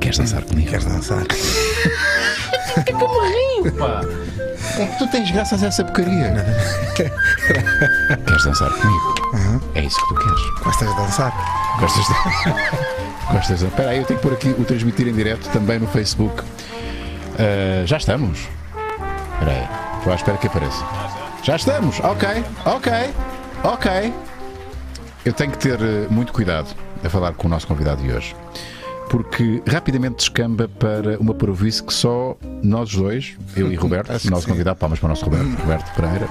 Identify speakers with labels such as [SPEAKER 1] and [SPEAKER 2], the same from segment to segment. [SPEAKER 1] Queres dançar comigo?
[SPEAKER 2] Queres dançar?
[SPEAKER 3] Porquê que eu me rio, pá?
[SPEAKER 1] É que tu tens graças a essa porcaria. queres dançar comigo? É isso que tu queres.
[SPEAKER 2] Gostas de dançar?
[SPEAKER 1] Gostas de. Gostas de. Espera aí, eu tenho que pôr aqui o transmitir em direto também no Facebook. Ah, já estamos? Espera aí. Estou à espera que apareça. Já estamos! Ok, ok, ok. Eu tenho que ter eh, muito cuidado a falar com o nosso convidado de hoje. Porque rapidamente descamba para uma província que só nós dois, eu e Roberto,
[SPEAKER 2] Acho
[SPEAKER 1] o
[SPEAKER 2] que
[SPEAKER 1] nosso
[SPEAKER 2] sim.
[SPEAKER 1] convidado, palmas para o nosso Roberto, Roberto Pereira,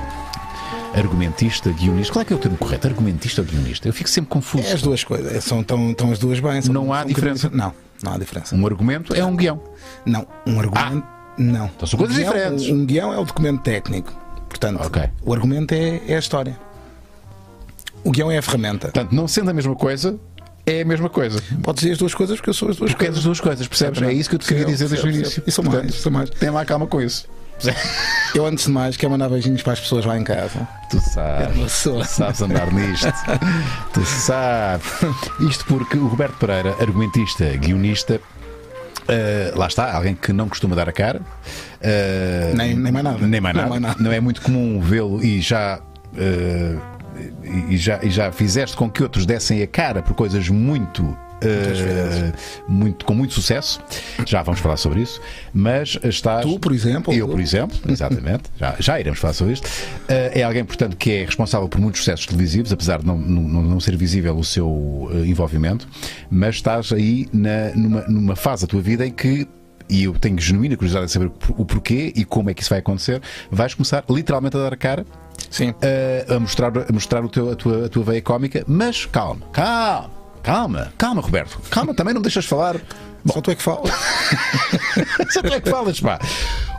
[SPEAKER 1] argumentista, guionista. Qual é que é o termo correto? Argumentista ou guionista? Eu fico sempre confuso.
[SPEAKER 2] É as duas coisas. São tão, tão as duas bem. são-
[SPEAKER 1] Não há
[SPEAKER 2] são
[SPEAKER 1] diferença.
[SPEAKER 2] coisas- Não, não há diferença.
[SPEAKER 1] Um argumento é um guião.
[SPEAKER 2] Não, um argumento. Não. Então
[SPEAKER 1] Ah! são coisas
[SPEAKER 2] um guião,
[SPEAKER 1] diferentes.
[SPEAKER 2] Um guião é o documento técnico. Portanto,
[SPEAKER 1] Ok.
[SPEAKER 2] o argumento é, é a história. O guião é a ferramenta.
[SPEAKER 1] Portanto, não sendo a mesma coisa, é a mesma coisa.
[SPEAKER 2] Podes dizer as duas coisas porque eu sou as duas
[SPEAKER 1] Porque é das
[SPEAKER 2] coisas.
[SPEAKER 1] duas coisas, percebes? É isso que eu te queria dizer
[SPEAKER 2] Percebo,
[SPEAKER 1] desde o
[SPEAKER 2] percebo,
[SPEAKER 1] início.
[SPEAKER 2] percebo. E são
[SPEAKER 1] Portanto,
[SPEAKER 2] mais, são mais.
[SPEAKER 1] Tem lá calma com isso.
[SPEAKER 2] Eu, antes de mais, quero mandar beijinhos para as pessoas lá em casa.
[SPEAKER 1] Tu sabes.
[SPEAKER 2] Uma pessoa.
[SPEAKER 1] Sabes andar nisto. tu sabes. Isto porque o Roberto Pereira, argumentista, guionista, eh, lá está, alguém que não costuma dar a cara. eh,
[SPEAKER 2] Nem- nem mais nada.
[SPEAKER 1] Nem mais
[SPEAKER 2] Não
[SPEAKER 1] nada.
[SPEAKER 2] mais nada.
[SPEAKER 1] Não é muito comum vê-lo e já. eh, e e já, e já fizeste com que outros dessem a cara por coisas muito. eh, muito, com muito sucesso, já vamos falar sobre isso, mas estás.
[SPEAKER 2] Tu, por exemplo,
[SPEAKER 1] Eu,
[SPEAKER 2] tu.
[SPEAKER 1] por exemplo, exatamente, já, já iremos falar sobre isto. Eh, é alguém, portanto, que é responsável por muitos sucessos televisivos, apesar de não, não, não ser visível o seu eh, envolvimento, mas estás aí na- numa, numa fase da tua vida em que. E eu tenho genuína curiosidade de saber o por- o porquê e como é que isso vai acontecer. Vais começar literalmente a dar a cara,
[SPEAKER 2] Sim.
[SPEAKER 1] eh, a mostrar, a, mostrar o teu, a, tua, a tua veia cómica, mas calma, calma, calma, calma, Roberto, calma, também não me deixas falar.
[SPEAKER 2] Só tu é que falas.
[SPEAKER 1] Só tu é que falas, pá.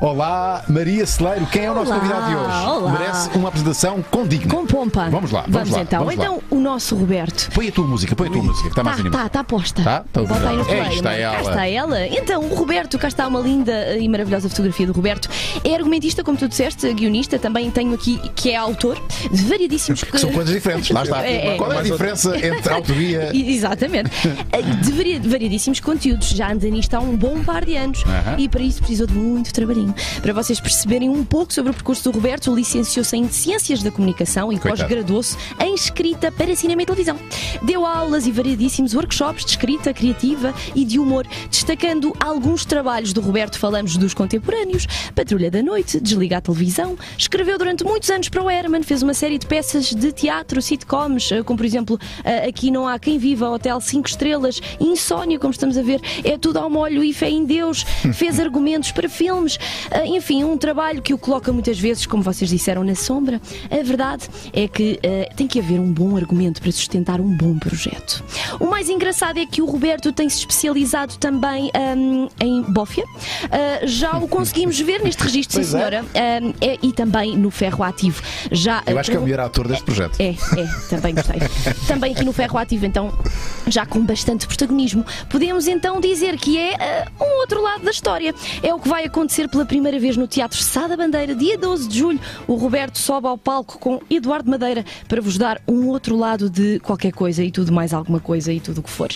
[SPEAKER 1] Olá, Maria Celeiro, quem é o nosso
[SPEAKER 3] Olá,
[SPEAKER 1] convidado de hoje?
[SPEAKER 3] olá.
[SPEAKER 1] Merece uma apresentação condigna.
[SPEAKER 3] Com pompa.
[SPEAKER 1] Vamos lá, vamos, lá,
[SPEAKER 3] então.
[SPEAKER 1] vamos lá.
[SPEAKER 3] então, o nosso Roberto.
[SPEAKER 1] Põe a tua música, põe a tua música, que está
[SPEAKER 3] Tá,
[SPEAKER 1] mais animada.
[SPEAKER 3] tá, tá posta.
[SPEAKER 1] Tá? Tá
[SPEAKER 3] Bota aí
[SPEAKER 1] bem.
[SPEAKER 3] no play, né?
[SPEAKER 1] Aí está
[SPEAKER 3] mãe. Cá
[SPEAKER 1] ela.
[SPEAKER 3] está ela. Então, o Roberto, cá está uma linda e maravilhosa fotografia do Roberto. É argumentista, como tu disseste, guionista, também tenho aqui que é autor de variedíssimos.
[SPEAKER 1] Que são coisas diferentes, lá está.
[SPEAKER 3] É, é.
[SPEAKER 1] Qual é a
[SPEAKER 2] Mais outra.
[SPEAKER 1] diferença entre autovia
[SPEAKER 3] E- Exatamente. Eh, De vari- variedíssimos conteúdos. Já anda nisto há um bom par de anos
[SPEAKER 1] Aham.
[SPEAKER 3] e para isso precisou de muito trabalhinho. Para vocês perceberem um pouco sobre o percurso do Roberto, licenciou-se em Ciências da Comunicação e
[SPEAKER 1] Coitado.
[SPEAKER 3] pós-graduou-se em Escrita para Cinema e Televisão. Deu aulas e variedíssimos workshops de escrita criativa e de humor, destacando alguns trabalhos do Roberto. Falamos dos contemporâneos, Patrulha da Noite, Desliga a Televisão. Escreveu durante muitos anos para o Herman, fez uma série de peças de teatro, sitcoms, eh, como por exemplo eh, Aqui Não Há Quem Viva, Hotel 5 Estrelas, Insónia, como estamos a ver, É Tudo ao Molho e Fé em Deus, fez argumentos para filmes, eh, enfim, um trabalho que o coloca muitas vezes, como vocês disseram, na sombra. A verdade é que eh, tem que haver um bom argumento para sustentar um bom projeto. O mais engraçado é que o Roberto tem-se especializado também ahm, em bófia, Ah, já o conseguimos ver neste registro, sim
[SPEAKER 1] Pois é.
[SPEAKER 3] senhora, Ahm, é- e também no ferro ativo. Já,
[SPEAKER 1] Eu acho que é o
[SPEAKER 3] eh,
[SPEAKER 1] melhor ator deste projeto.
[SPEAKER 3] é, é, também gostei. também aqui no Ferro Ativo, então, já com bastante protagonismo, podemos então dizer que é eh, um outro lado da história. É o que vai acontecer pela primeira vez no Teatro Sá da Bandeira, dia 12 de julho. O Roberto sobe ao palco com Eduardo Madeira para vos dar um outro lado de qualquer coisa e tudo mais alguma coisa e tudo o que for.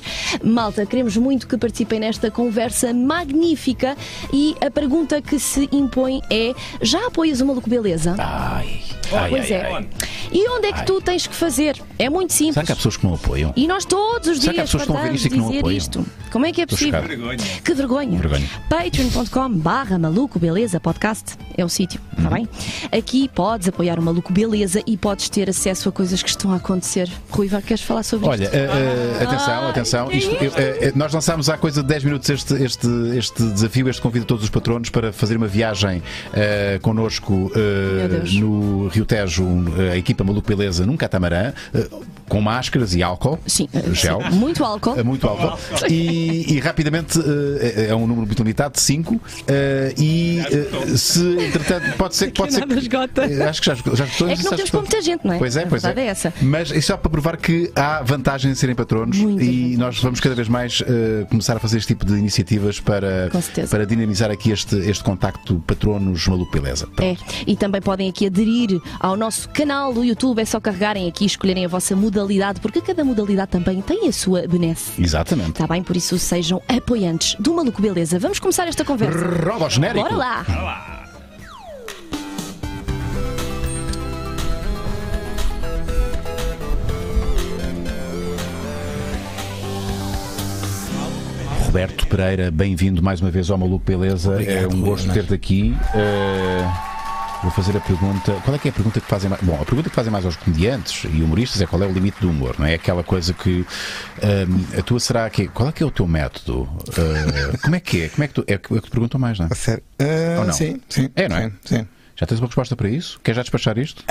[SPEAKER 3] Malta, queremos muito que participem nesta conversa magnífica e a pergunta que se impõe é: já apoias o Maluco Beleza?
[SPEAKER 1] Ai, ai,
[SPEAKER 3] Pois
[SPEAKER 1] Ah, ai,
[SPEAKER 3] é.
[SPEAKER 1] ai.
[SPEAKER 3] E onde é que
[SPEAKER 1] Ai.
[SPEAKER 3] tu tens que fazer? É muito simples.
[SPEAKER 1] Será que há pessoas que não apoiam?
[SPEAKER 3] E nós todos os
[SPEAKER 1] Será que há
[SPEAKER 3] dias
[SPEAKER 1] pessoas que estão a ver
[SPEAKER 3] tratamos
[SPEAKER 1] isto e que não
[SPEAKER 3] dizer
[SPEAKER 1] apoiam?
[SPEAKER 3] isto. Como é que é
[SPEAKER 1] Estou
[SPEAKER 3] possível?
[SPEAKER 1] chocado.
[SPEAKER 3] Que vergonha.
[SPEAKER 1] Vergonha.
[SPEAKER 3] Patreon.com barra maluco beleza podcast é o sítio,
[SPEAKER 1] Uhum.
[SPEAKER 3] está bem? Aqui podes apoiar o Maluco Beleza e podes ter acesso a coisas que estão a acontecer. Rui, vai- queres falar sobre
[SPEAKER 1] Olha,
[SPEAKER 3] isto?
[SPEAKER 1] eh, eh,
[SPEAKER 3] Ah,
[SPEAKER 1] atenção, atenção. Isto,
[SPEAKER 3] é
[SPEAKER 1] eu, eh, eh, nós lançámos há coisa de 10 minutos este, este, este desafio, este convido a todos os patronos para fazer uma viagem eh, connosco eh,
[SPEAKER 3] Meu Deus.
[SPEAKER 1] no Rio Tejo, um, a equipa Maluco Beleza num catamarã, eh, com máscaras e álcool.
[SPEAKER 3] Sim, eh,
[SPEAKER 1] gel.
[SPEAKER 3] sim, muito álcool.
[SPEAKER 1] É muito álcool. E, e rapidamente eh, é- é um número muito limitado, de 5. e eh, se entretanto pode ser que pode
[SPEAKER 3] Que
[SPEAKER 1] ser
[SPEAKER 3] nada esgota.
[SPEAKER 1] eh, Acho que já, já esgotou,
[SPEAKER 3] É
[SPEAKER 1] já
[SPEAKER 3] que não temos
[SPEAKER 1] esgotou.
[SPEAKER 3] para muita gente, não é?
[SPEAKER 1] Pois é,
[SPEAKER 3] A
[SPEAKER 1] pois
[SPEAKER 3] verdade é essa.
[SPEAKER 1] Mas isso é só para provar que há vantagem em serem patronos
[SPEAKER 3] Muita
[SPEAKER 1] e nós vamos cada vez mais eh, começar a fazer este tipo de iniciativas para,
[SPEAKER 3] Com certeza.
[SPEAKER 1] para dinamizar aqui este, este contacto patronos maluco beleza.
[SPEAKER 3] É, e também É. podem aqui aderir ao nosso canal do YouTube. É só carregarem aqui e escolherem a vossa modalidade, porque cada modalidade também tem a sua benesse.
[SPEAKER 1] Exatamente.
[SPEAKER 3] Está bem, por isso sejam apoiantes do Maluco Beleza. Vamos começar esta conversa.
[SPEAKER 1] Roda o genérico.
[SPEAKER 3] Bora lá!
[SPEAKER 1] Roberto Pereira, bem-vindo mais uma vez ao Maluco Beleza. é um gosto ter-te aqui. Eh, vou fazer a pergunta. Qual é que é a pergunta que fazem mais. Bom, a pergunta que fazem mais aos comediantes e humoristas é qual é o limite do humor, não é? Aquela coisa que. ehm, a tua será que. Qual é que é o teu método? Eh, como é que é? Como é que tu. É o que é o que te perguntam mais, não é?
[SPEAKER 2] A sério. Ah,
[SPEAKER 1] Ou não?
[SPEAKER 2] Sim, sim.
[SPEAKER 1] É, não é?
[SPEAKER 2] Sim, sim.
[SPEAKER 1] Já tens uma resposta para isso? Queres já despachar isto?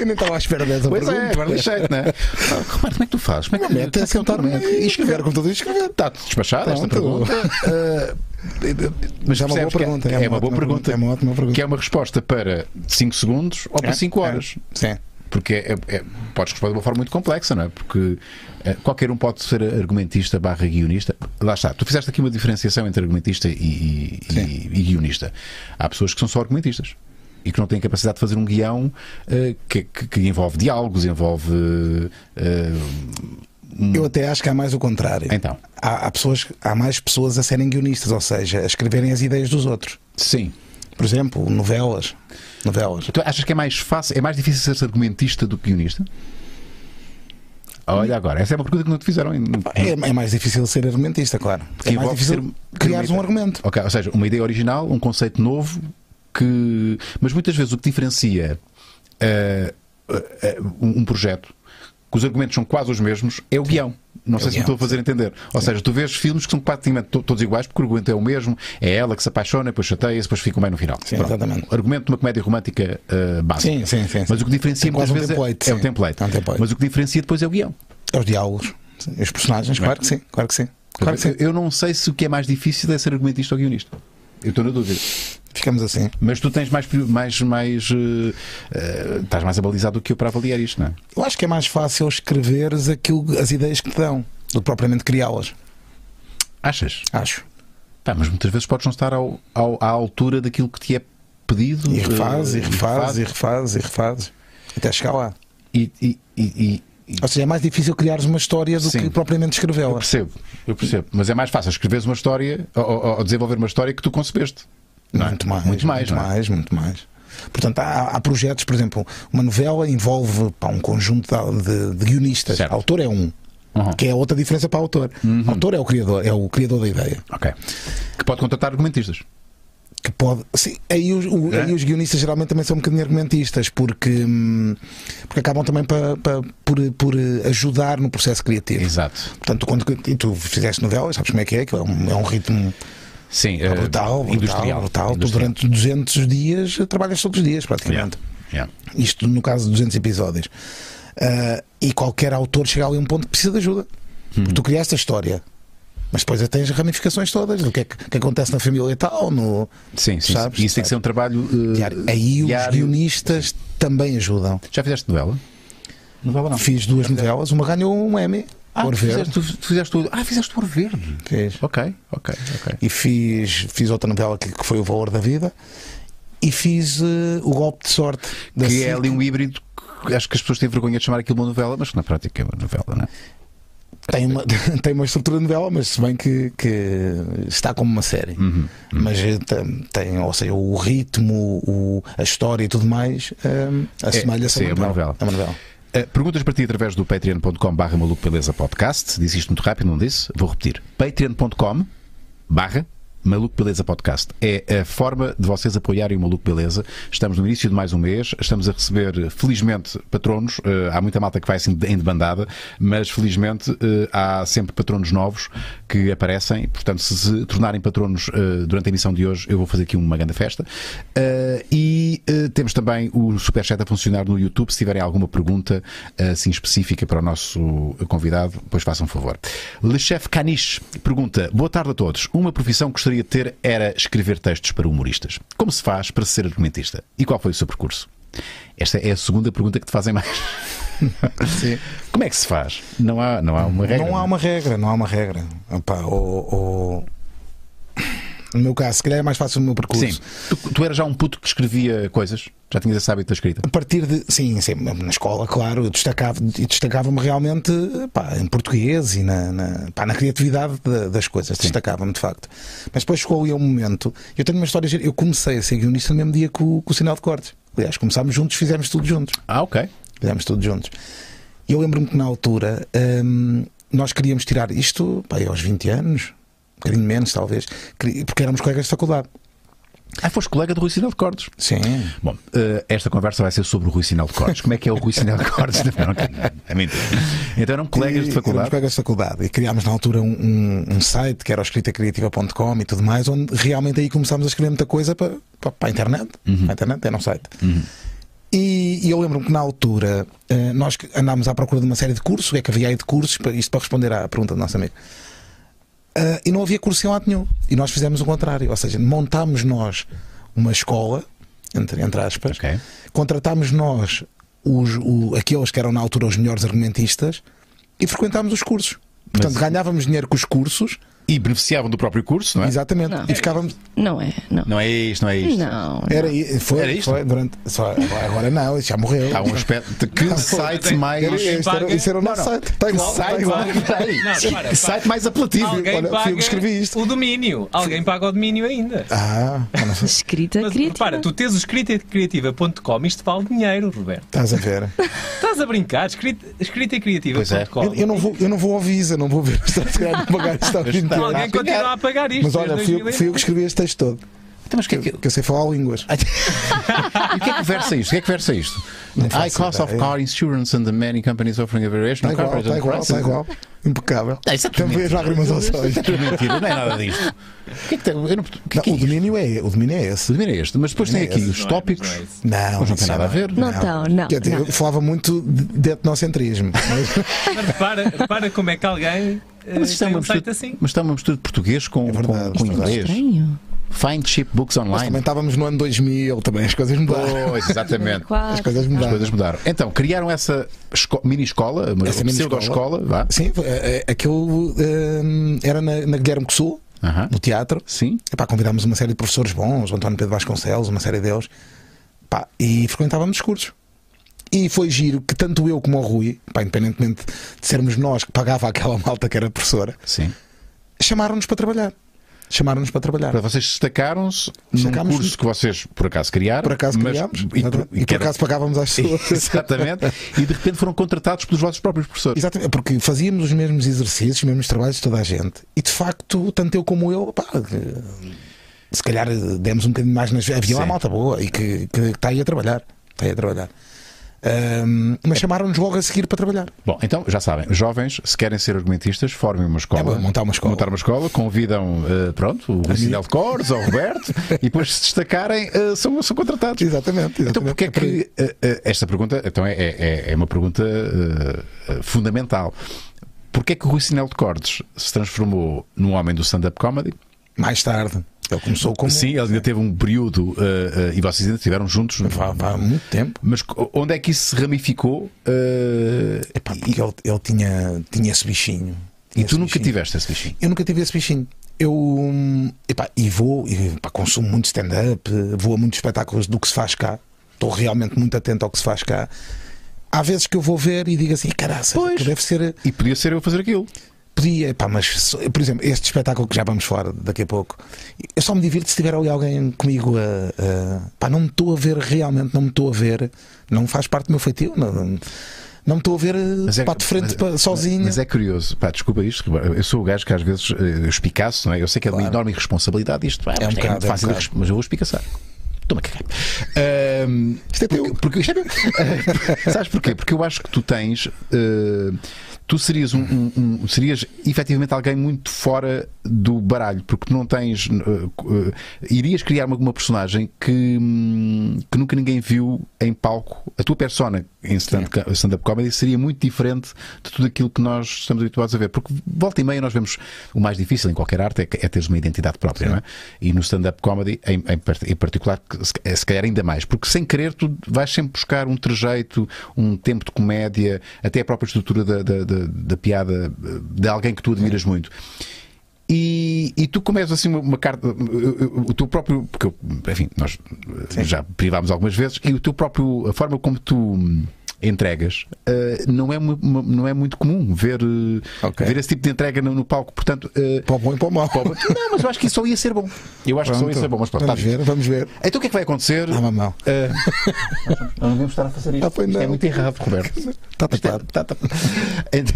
[SPEAKER 2] Eu nem estava à espera dessa
[SPEAKER 1] Pois
[SPEAKER 2] pergunta.
[SPEAKER 1] é, agora deixei-te, não é? Ah, Roberto, como é que tu fazes? Como é que,
[SPEAKER 2] Mete a sentar
[SPEAKER 1] como é que é o teu método?
[SPEAKER 2] e escrever, como estou a escrever. Tá.
[SPEAKER 1] Está-te despachada esta
[SPEAKER 2] Pronto.
[SPEAKER 1] pergunta?
[SPEAKER 2] Ah, Mas é uma boa
[SPEAKER 1] Percebes que
[SPEAKER 2] pergunta.
[SPEAKER 1] É, é uma boa
[SPEAKER 2] ótima
[SPEAKER 1] pergunta.
[SPEAKER 2] É uma ótima pergunta. É?
[SPEAKER 1] Que é uma resposta para 5 segundos ou para 5 horas.
[SPEAKER 2] Sim.
[SPEAKER 1] Porque é, é- podes responder de uma forma muito complexa, não é? Porque eh, qualquer um pode ser argumentista barra guionista. Lá está. Tu fizeste aqui uma diferenciação entre argumentista e, e-
[SPEAKER 2] Sim.
[SPEAKER 1] e- e guionista. Há pessoas que são só argumentistas. E que não têm capacidade de fazer um guião eh, que, que- que envolve diálogos, envolve. eh,
[SPEAKER 2] Eu até acho que há mais o contrário.
[SPEAKER 1] Então.
[SPEAKER 2] Há, há pessoas, há mais pessoas a serem guionistas, ou seja, a escreverem as ideias dos outros.
[SPEAKER 1] sim.
[SPEAKER 2] Por exemplo, novelas. Novelas.
[SPEAKER 1] Tu achas que é mais fácil, é mais difícil ser argumentista do que guionista? Olha agora, essa é uma pergunta que não te fizeram ainda.
[SPEAKER 2] Hum. É, é mais difícil ser argumentista, claro.
[SPEAKER 1] Que
[SPEAKER 2] é mais
[SPEAKER 1] envolve
[SPEAKER 2] difícil
[SPEAKER 1] ser-
[SPEAKER 2] criares um argumento.
[SPEAKER 1] Ok, ou seja, uma ideia original, um conceito novo que. Mas muitas vezes o que diferencia eh, eh, um, um projeto, que os argumentos são quase os mesmos, é o guião. Não sei se me estou
[SPEAKER 2] guião,
[SPEAKER 1] a fazer entender. Ou seja, tu vês filmes que são praticamente to- todos iguais, porque o argumento é o mesmo, é ela que se apaixona, depois chateia-se, depois fica bem no final.
[SPEAKER 2] Sim,
[SPEAKER 1] Pronto.
[SPEAKER 2] exatamente.
[SPEAKER 1] Argumento de uma comédia romântica eh, básica.
[SPEAKER 2] Sim, sim, sim,
[SPEAKER 1] Mas o que
[SPEAKER 2] sim.
[SPEAKER 1] diferencia
[SPEAKER 2] Tem
[SPEAKER 1] muitas
[SPEAKER 2] quase um
[SPEAKER 1] vezes é-
[SPEAKER 2] template,
[SPEAKER 1] é o
[SPEAKER 2] sim.
[SPEAKER 1] template.
[SPEAKER 2] É um template.
[SPEAKER 1] Mas o que diferencia depois é o guião.
[SPEAKER 2] É Os diálogos. sim, Os personagens, claro que sim. Claro que sim. Claro que sim.
[SPEAKER 1] Eu- Eu não sei se o que é mais difícil é ser argumentista ou guionista. Eu estou na dúvida.
[SPEAKER 2] Ficamos assim.
[SPEAKER 1] Mas tu tens mais. mais, mais eh, eh, estás mais abalizado do que eu para avaliar isto, não é?
[SPEAKER 2] Eu acho que é mais fácil escreveres aquilo, as ideias que te dão do que propriamente criá-las.
[SPEAKER 1] Achas?
[SPEAKER 2] Acho.
[SPEAKER 1] Pá, mas muitas vezes podes não estar ao, ao- à altura daquilo que te é pedido.
[SPEAKER 2] E
[SPEAKER 1] eh,
[SPEAKER 2] refaz, e refaz,
[SPEAKER 1] refaz.
[SPEAKER 2] e refaz, e refaz. Até chegar lá.
[SPEAKER 1] E- e- e- e- e-
[SPEAKER 2] Ou seja, é mais difícil criares uma história do
[SPEAKER 1] Sim.
[SPEAKER 2] que propriamente
[SPEAKER 1] eu
[SPEAKER 2] escrevê-la.
[SPEAKER 1] percebo, eu percebo. Mas é mais fácil escreveres uma história ou- ou, ou desenvolver uma história que tu concebeste. não é?
[SPEAKER 2] Muito mais.
[SPEAKER 1] Muito mais,
[SPEAKER 2] muito
[SPEAKER 1] não é?
[SPEAKER 2] mais. muito mais. Portanto, há, há projetos, por exemplo, uma novela envolve pá, um conjunto de, de- de guionistas.
[SPEAKER 1] Certo.
[SPEAKER 2] Autor é um.
[SPEAKER 1] Uhum.
[SPEAKER 2] Que é outra diferença para autor. Autor é o criador, é o criador da ideia.
[SPEAKER 1] Ok. Que pode contratar argumentistas.
[SPEAKER 2] Que pode. Sim, aí, os, o-
[SPEAKER 1] É?
[SPEAKER 2] aí os guionistas geralmente também são um bocadinho argumentistas, porque, hum, porque acabam também pa- pa- por, por eh, ajudar no processo criativo.
[SPEAKER 1] Exato.
[SPEAKER 2] Portanto, quando e tu fizeste novelas, sabes como é que é? Aquilo é um, é um ritmo
[SPEAKER 1] Sim, eh,
[SPEAKER 2] brutal, Ah, brutal,
[SPEAKER 1] industrial.
[SPEAKER 2] brutal. Tu
[SPEAKER 1] industrial.
[SPEAKER 2] durante 200 dias trabalhas todos os dias,
[SPEAKER 1] Yeah.
[SPEAKER 2] praticamente.
[SPEAKER 1] Yeah.
[SPEAKER 2] Isto no caso de 200 episódios. Ah, e qualquer autor chega ali a um ponto que precisa de ajuda.
[SPEAKER 1] Hum.
[SPEAKER 2] Porque tu criaste a história. Mas depois tens as ramificações todas do que é que, que acontece na família e tal. No,
[SPEAKER 1] Sim, sim.
[SPEAKER 2] Sabes?
[SPEAKER 1] Isso tem que ser um trabalho eh,
[SPEAKER 2] diário. Aí os
[SPEAKER 1] diário.
[SPEAKER 2] guionistas também ajudam.
[SPEAKER 1] Já fizeste novela? Novela não.
[SPEAKER 2] Fiz duas novelas, uma ganhou um Emmy,
[SPEAKER 1] Ah,
[SPEAKER 2] Ouro
[SPEAKER 1] tu
[SPEAKER 2] Verde.
[SPEAKER 1] fizeste, tu- tu fizeste o... Ah, fizeste o Ouro Verde.
[SPEAKER 2] Fiz.
[SPEAKER 1] Ok, ok, ok.
[SPEAKER 2] E fiz, fiz outra novela que, que foi O Valor da Vida. E fiz eh, O Golpe de Sorte. da
[SPEAKER 1] que
[SPEAKER 2] SIC.
[SPEAKER 1] é ali um híbrido que acho que as pessoas têm vergonha de chamar aquilo uma novela, mas que na prática é uma novela, não é?
[SPEAKER 2] tem uma, tem uma estrutura de novela, mas se bem que, que está como uma série.
[SPEAKER 1] Uhum,
[SPEAKER 2] Mas eh, tem, tem, ou seja, o ritmo, o, a história e tudo mais ehm, assemelha-se
[SPEAKER 1] sim,
[SPEAKER 2] a
[SPEAKER 1] é uma novela.
[SPEAKER 2] É uma novela.
[SPEAKER 1] Uh, perguntas para ti através do patreon.com barra maluco beleza podcast. Disse isto muito rápido, não disse? Vou repetir. patreon.com barra maluco beleza podcast. É a forma de vocês apoiarem o maluco beleza. Estamos no início de mais um mês, estamos a receber, felizmente, patronos. Uh, há muita malta que vai assim em debandada, mas felizmente uh, há sempre patronos novos que aparecem. Portanto, se se tornarem patronos uh, durante a emissão de hoje, eu vou fazer aqui uma grande festa. Uh, e uh, temos também o Superchat a funcionar no YouTube. Se tiverem alguma pergunta uh, assim específica para o nosso convidado, pois façam um favor. Le Chef Caniche pergunta: Boa tarde a todos. Uma profissão que gostaria de ter era escrever textos para humoristas. Como se faz para ser argumentista? E qual foi o seu percurso? Esta é a segunda pergunta que te fazem mais. Como é que se faz? Não há, não há uma regra.
[SPEAKER 2] Não há uma regra, não há uma regra. Epá, ou, ou- No meu caso, se calhar é mais fácil o meu percurso.
[SPEAKER 1] Sim. Tu, tu eras já um puto que escrevia coisas? Já tinhas esse hábito da escrita?
[SPEAKER 2] A partir de. Sim, sim, na escola, claro, eu destacava- eu destacava-me realmente pá, em português e na, na- pá, na criatividade da- das coisas. Destacava-me, de facto. Mas depois chegou ali um momento. Eu tenho uma história. gira. Eu comecei a ser guionista no mesmo dia que o, que o Sinal de Cortes. Aliás, começámos juntos, fizemos tudo juntos.
[SPEAKER 1] Ah, ok.
[SPEAKER 2] Fizemos tudo juntos. E eu lembro-me que na altura hum, nós queríamos tirar isto, pá, aos 20 anos, um bocadinho menos talvez, queri- porque éramos colegas de faculdade.
[SPEAKER 1] Ah, foste colega do Rui Sinal de Cordes.
[SPEAKER 2] Sim.
[SPEAKER 1] Bom, eh, esta conversa vai ser sobre o Rui Sinal de Cordes. Como é que é o Rui Sinal de Cordes? Não, não, é mentira. Então eram colegas de
[SPEAKER 2] Éramos
[SPEAKER 1] faculdade.
[SPEAKER 2] colegas de faculdade. E criámos na altura um, um- um site que era o escritacriativa.com e tudo mais, onde realmente aí começámos a escrever muita coisa para, para, para a internet.
[SPEAKER 1] Uhum.
[SPEAKER 2] Para a internet era um site. E, e eu lembro-me que na altura eh, nós que andámos à procura de uma série de cursos, o que é que havia aí de cursos, para, isto para responder à pergunta do nosso amigo. Ah, e não havia curso em lado nenhum. E nós fizemos o contrário, ou seja, montámos nós uma escola, entre, entre aspas,
[SPEAKER 1] Ok.
[SPEAKER 2] contratámos nós os, o- aqueles que eram na altura os melhores argumentistas e frequentámos os cursos. Portanto, ganhávamos dinheiro com os cursos,
[SPEAKER 1] E beneficiavam do próprio curso, não é?
[SPEAKER 2] exatamente,
[SPEAKER 3] Não.
[SPEAKER 2] e ficávamos.
[SPEAKER 3] Não é, não.
[SPEAKER 1] Não é isto, não é isto.
[SPEAKER 3] Não, não.
[SPEAKER 2] Era, i- foi,
[SPEAKER 1] Era isto?
[SPEAKER 2] foi durante. só- agora- agora não, isso já morreu.
[SPEAKER 1] Há um aspecto de que site
[SPEAKER 4] tem-
[SPEAKER 1] mais.
[SPEAKER 2] Era, este era,
[SPEAKER 4] Paga-
[SPEAKER 2] isso era o nosso site. Está
[SPEAKER 1] Que
[SPEAKER 2] igual. está
[SPEAKER 1] site,
[SPEAKER 2] igual.
[SPEAKER 1] mais- peraí,
[SPEAKER 4] Não,
[SPEAKER 1] que
[SPEAKER 4] para, para.
[SPEAKER 1] site mais apelativo.
[SPEAKER 4] Alguém
[SPEAKER 2] Olha, fui eu
[SPEAKER 4] paga
[SPEAKER 2] que escrevi isto.
[SPEAKER 4] o domínio. Alguém paga o domínio ainda.
[SPEAKER 2] Ah, não sei.
[SPEAKER 3] Escrita
[SPEAKER 4] Mas
[SPEAKER 3] criativa.
[SPEAKER 4] repara, tu tens o escritacriativa.com, isto vale dinheiro, Roberto.
[SPEAKER 2] estás a ver.
[SPEAKER 4] Estás a brincar, escrita, escritacriativa.com.
[SPEAKER 2] Eu, eu não vou, eu não vou ao Visa, não vou ver o estratégia de pagar isto há 20
[SPEAKER 1] Está-
[SPEAKER 2] anos.
[SPEAKER 1] Está
[SPEAKER 4] Alguém
[SPEAKER 1] a brincar.
[SPEAKER 4] continua a pagar isto.
[SPEAKER 2] Mas olha,
[SPEAKER 4] desde
[SPEAKER 2] fui, eu-
[SPEAKER 4] 2000.
[SPEAKER 2] fui eu que escrevi este texto todo.
[SPEAKER 1] Então, mas o que é que.
[SPEAKER 2] Que eu sei falar línguas.
[SPEAKER 1] E o que é que versa isto? O que é que versa isto? The high
[SPEAKER 2] faço
[SPEAKER 1] cost of
[SPEAKER 2] ideia.
[SPEAKER 1] car insurance and the many companies offering a variation
[SPEAKER 2] Está
[SPEAKER 1] of
[SPEAKER 2] igual,
[SPEAKER 1] coverage
[SPEAKER 2] está
[SPEAKER 1] and
[SPEAKER 2] igual, está
[SPEAKER 1] prices.
[SPEAKER 2] igual. Impecável.
[SPEAKER 1] isso é tudo
[SPEAKER 2] Também as lágrimas aos olhos.
[SPEAKER 1] Isto é mentira, não é nada disto. O que é que tem? Eu não, o que é
[SPEAKER 2] Não,
[SPEAKER 1] que é
[SPEAKER 2] o,
[SPEAKER 1] isto?
[SPEAKER 2] domínio é, o domínio é esse.
[SPEAKER 1] Primeiro é este, mas depois tem
[SPEAKER 2] Não é
[SPEAKER 1] aqui
[SPEAKER 2] esse,
[SPEAKER 1] os
[SPEAKER 4] Não é,
[SPEAKER 1] tópicos.
[SPEAKER 4] mas não é isso.
[SPEAKER 2] Não,
[SPEAKER 1] Mas não
[SPEAKER 2] isso
[SPEAKER 1] tem nada a ver.
[SPEAKER 3] Não estão, não.
[SPEAKER 2] Quer dizer,
[SPEAKER 3] não.
[SPEAKER 2] Eu falava muito de de etnocentrismo. mas-
[SPEAKER 4] Mas repara, repara como é que alguém eh,
[SPEAKER 1] Mas isto é
[SPEAKER 4] tem
[SPEAKER 1] uma
[SPEAKER 4] um site
[SPEAKER 1] mistura,
[SPEAKER 4] assim.
[SPEAKER 1] mas está uma mistura de português com,
[SPEAKER 2] É verdade,
[SPEAKER 1] com, com
[SPEAKER 2] é verdade.
[SPEAKER 1] inglês.
[SPEAKER 3] Estranho.
[SPEAKER 1] Find cheap books
[SPEAKER 2] Mas também Oh,
[SPEAKER 1] online.
[SPEAKER 2] estávamos no ano 2000 também, as coisas mudaram.
[SPEAKER 1] Pois, exatamente.
[SPEAKER 2] As
[SPEAKER 3] Quatro.
[SPEAKER 2] coisas
[SPEAKER 1] As
[SPEAKER 2] mudaram.
[SPEAKER 1] coisas mudaram. Então, criaram essa esco- mini-escola, uma
[SPEAKER 2] Essa mini-escola.
[SPEAKER 1] pseudo-escola, vá.
[SPEAKER 2] Sim, eh, eh, aquilo eh, era na, na Guilherme Cossou,
[SPEAKER 1] Aham.
[SPEAKER 2] no teatro.
[SPEAKER 1] Sim.
[SPEAKER 2] Epá, convidámos uma série de professores bons, o António Pedro Vasconcelos, uma série deles, Epá, e frequentávamos os cursos. E foi giro que tanto eu como o Rui, pá, independentemente de sermos nós que pagava aquela malta que era professora,
[SPEAKER 1] Sim.
[SPEAKER 2] chamaram-nos para trabalhar. Chamaram-nos para trabalhar.
[SPEAKER 1] Para vocês destacaram-se num
[SPEAKER 2] Destacámos-
[SPEAKER 1] curso que vocês, por acaso, criaram.
[SPEAKER 2] Por acaso
[SPEAKER 1] mas-
[SPEAKER 2] criámos,
[SPEAKER 1] e por-
[SPEAKER 2] exatamente. e,
[SPEAKER 1] e que
[SPEAKER 2] por
[SPEAKER 1] era-
[SPEAKER 2] acaso pagávamos às pessoas.
[SPEAKER 1] Exatamente. E de repente foram contratados pelos vossos próprios professores.
[SPEAKER 2] Exatamente, porque fazíamos os mesmos exercícios, os mesmos trabalhos de toda a gente. E de facto, tanto eu como eu, pá, eh, se calhar eh, demos um bocadinho mais nas. Havia lá
[SPEAKER 1] Sim.
[SPEAKER 2] malta boa e que que está aí a trabalhar. Está aí a trabalhar. Ahm, mas chamaram-nos logo a seguir para trabalhar.
[SPEAKER 1] Bom, então já sabem, jovens, se querem ser argumentistas, formem uma escola.
[SPEAKER 2] É bom, montar uma escola. Assim.
[SPEAKER 1] Montar uma escola, convidam, eh, pronto, o Lucidel de Cores ou o Roberto, e depois se destacarem, eh, são, são contratados.
[SPEAKER 2] Exatamente.
[SPEAKER 1] Então,
[SPEAKER 2] exatamente.
[SPEAKER 1] porque é que eh, eh, esta pergunta então é, é, é uma pergunta eh, eh, fundamental? Porquê é que o Rui Sinel de Cordes se transformou num homem do stand-up comedy?
[SPEAKER 2] Mais tarde, ele começou como.
[SPEAKER 1] Sim, ele ainda teve um período eh, eh, e vocês ainda estiveram juntos.
[SPEAKER 2] Há, há muito tempo.
[SPEAKER 1] Mas co- onde é que isso se ramificou? eh,
[SPEAKER 2] Epá, porque ele, ele tinha, tinha esse bichinho.
[SPEAKER 1] e
[SPEAKER 2] Tinha
[SPEAKER 1] tu
[SPEAKER 2] esse
[SPEAKER 1] nunca
[SPEAKER 2] bichinho.
[SPEAKER 1] tiveste esse bichinho?
[SPEAKER 2] Eu nunca tive esse bichinho. Eu hum, epá, e vou, e, pá, consumo muito stand-up, eh, vou a muitos espetáculos do que se faz cá. Estou realmente muito atento ao que se faz cá. Há vezes que eu vou ver e digo assim, caraca,
[SPEAKER 1] Pois.
[SPEAKER 2] deve ser.
[SPEAKER 1] E podia ser eu a fazer aquilo.
[SPEAKER 2] Podia, pá, mas só- por exemplo, este espetáculo que já vamos falar daqui a pouco, eu só me divirto se tiver ali alguém comigo a. a- pá, não me estou a ver realmente, não me estou a ver, não faz parte do meu feitio, não, não me estou a ver
[SPEAKER 1] Mas é-
[SPEAKER 2] para de frente,
[SPEAKER 1] mas-
[SPEAKER 2] para, sozinho.
[SPEAKER 1] Mas é curioso, pá, desculpa isto, Ribeiro, eu sou o gajo que às vezes eh, eu espicaço, não é? Eu sei que é de uma
[SPEAKER 2] Claro.
[SPEAKER 1] enorme responsabilidade isto, pá,
[SPEAKER 2] É um
[SPEAKER 1] mas
[SPEAKER 2] bocado,
[SPEAKER 1] muito
[SPEAKER 2] é um
[SPEAKER 1] fácil, de
[SPEAKER 2] bocado.
[SPEAKER 1] res- mas eu vou espicaçar. Toma cagar. Ahm,
[SPEAKER 2] Isto é teu.
[SPEAKER 1] porque, porque isto é meu. Ah, Sabes porquê? Porque eu acho que tu tens. eh, tu serias um, um- um- serias efetivamente alguém muito fora do baralho, porque tu não tens. eh, co- eh, irias criar uma, uma personagem que, hum, que nunca ninguém viu em palco. A tua persona em stand- stand-up comedy seria muito diferente de tudo aquilo que nós estamos habituados a ver. Porque volta e meia nós vemos o mais difícil em qualquer arte é, que- é teres uma identidade própria, não é? E no stand-up comedy, em, em par- em particular, que se- é se calhar ainda mais, porque sem querer tu vais sempre buscar um trejeito, um tempo de comédia, até a própria estrutura da, da- da- da piada eh, de alguém que tu admiras muito. E, e tu comes assim uma, uma carta, o teu próprio, porque eu, enfim, nós eh, já privámos algumas vezes, e o teu próprio, a forma como tu hum, entregas eh, não, é, mu- mu- não é muito comum ver, eh,
[SPEAKER 2] Ok.
[SPEAKER 1] ver esse tipo de entrega no, no palco, portanto. eh,
[SPEAKER 2] Para o bom e para o mal.
[SPEAKER 1] pá, não, mas eu acho que isso só ia ser bom. Eu acho que só ia ser bom, mas pronto,
[SPEAKER 2] vamos
[SPEAKER 1] está
[SPEAKER 2] ver, vamos ver.
[SPEAKER 1] Então o que é que vai acontecer?
[SPEAKER 2] Ah, mamão.
[SPEAKER 1] Eh, nós não vamos estar a fazer isto.
[SPEAKER 2] Ah, pois
[SPEAKER 1] Isto é
[SPEAKER 2] não.
[SPEAKER 1] muito errado, Roberto.
[SPEAKER 2] Está tapado.
[SPEAKER 1] Então,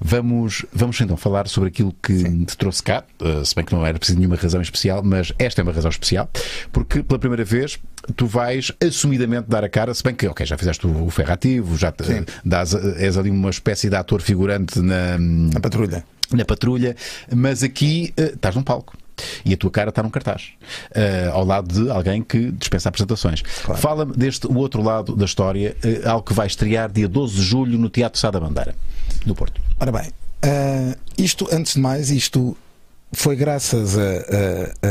[SPEAKER 1] vamos, vamos então falar sobre aquilo que te trouxe cá, eh, se bem que não era preciso nenhuma razão especial, mas esta é uma razão especial, porque pela primeira vez tu vais assumidamente dar a cara, se bem que, ok, já fizeste o, o ferrativo, já te, dás, eh, és ali uma espécie de ator figurante na,
[SPEAKER 2] Na patrulha.
[SPEAKER 1] na patrulha, mas aqui eh, estás num palco. E a tua cara está num cartaz, eh, ao lado de alguém que dispensa apresentações. Fala-me deste o outro lado da história, eh, algo que vai estrear dia 12 de julho no Teatro Sá da Bandeira, do Porto.
[SPEAKER 2] Ora bem, ah, isto, antes de mais, isto foi graças a, a-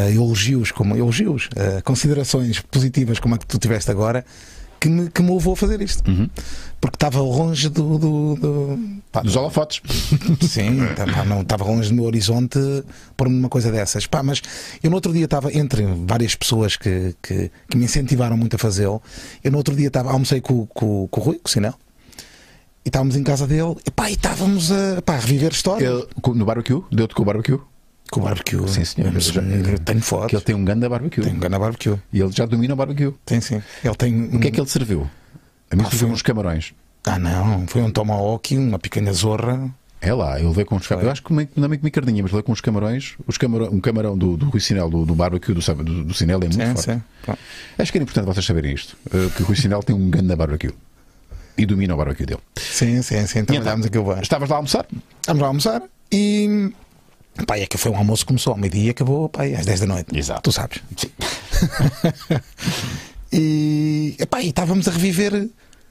[SPEAKER 2] a- a elogios, como elogios, a considerações positivas como a que tu tiveste agora, que me, que me levou a fazer isto. Porque estava longe do. do- do- pá,
[SPEAKER 1] Dos holofotes.
[SPEAKER 2] Sim,
[SPEAKER 1] é?
[SPEAKER 2] tá- pá, não estava longe do meu horizonte por uma coisa dessas. Pá, mas eu no outro dia estava entre várias pessoas que, que, que me incentivaram muito a fazê-lo. Eu no outro dia estava, almocei com, com, com o Rui, com o Sinel, e estávamos em casa dele e, pá, e estávamos a, pá, a reviver histórias.
[SPEAKER 1] Ele, com- no barbecue, deu-te com o barbecue,
[SPEAKER 2] Com o barbecue.
[SPEAKER 1] Sim, senhor.
[SPEAKER 2] Eu, eu tenho
[SPEAKER 1] que
[SPEAKER 2] fotos.
[SPEAKER 1] ele tem um grande barbecue.
[SPEAKER 2] Tem um grande barbecue.
[SPEAKER 1] E ele já domina o barbecue.
[SPEAKER 2] Tem sim. Ele tem.
[SPEAKER 1] O que é que ele te serviu? A mim
[SPEAKER 2] Ah,
[SPEAKER 1] serviu
[SPEAKER 2] foi-
[SPEAKER 1] uns camarões.
[SPEAKER 2] Ah, não. Foi um tomahawk, uma picanha zorra.
[SPEAKER 1] É lá, eu levei com uns camarões. Eu acho que comi- não é comi cardinha, mas levei com uns camarões. Os camarão, um camarão do, do Rui Sinel, do, do barbecue, do, Sá- do, do Sinel, é muito
[SPEAKER 2] Sim,
[SPEAKER 1] forte.
[SPEAKER 2] sim. Pá.
[SPEAKER 1] Acho que era importante vocês saberem isto: eh, que o Rui Sinal tem um grande barbecue e domina o barbecue dele.
[SPEAKER 2] Sim, sim, sim.
[SPEAKER 1] então?
[SPEAKER 2] Trabalhámos aquilo bem.
[SPEAKER 1] Estavas lá a almoçar?
[SPEAKER 2] Estávamos lá a almoçar e. Pá, é que foi um almoço que começou ao meio-dia e acabou pá, é às 10 da noite.
[SPEAKER 1] Exato.
[SPEAKER 2] Tu sabes. e, epá, e estávamos a reviver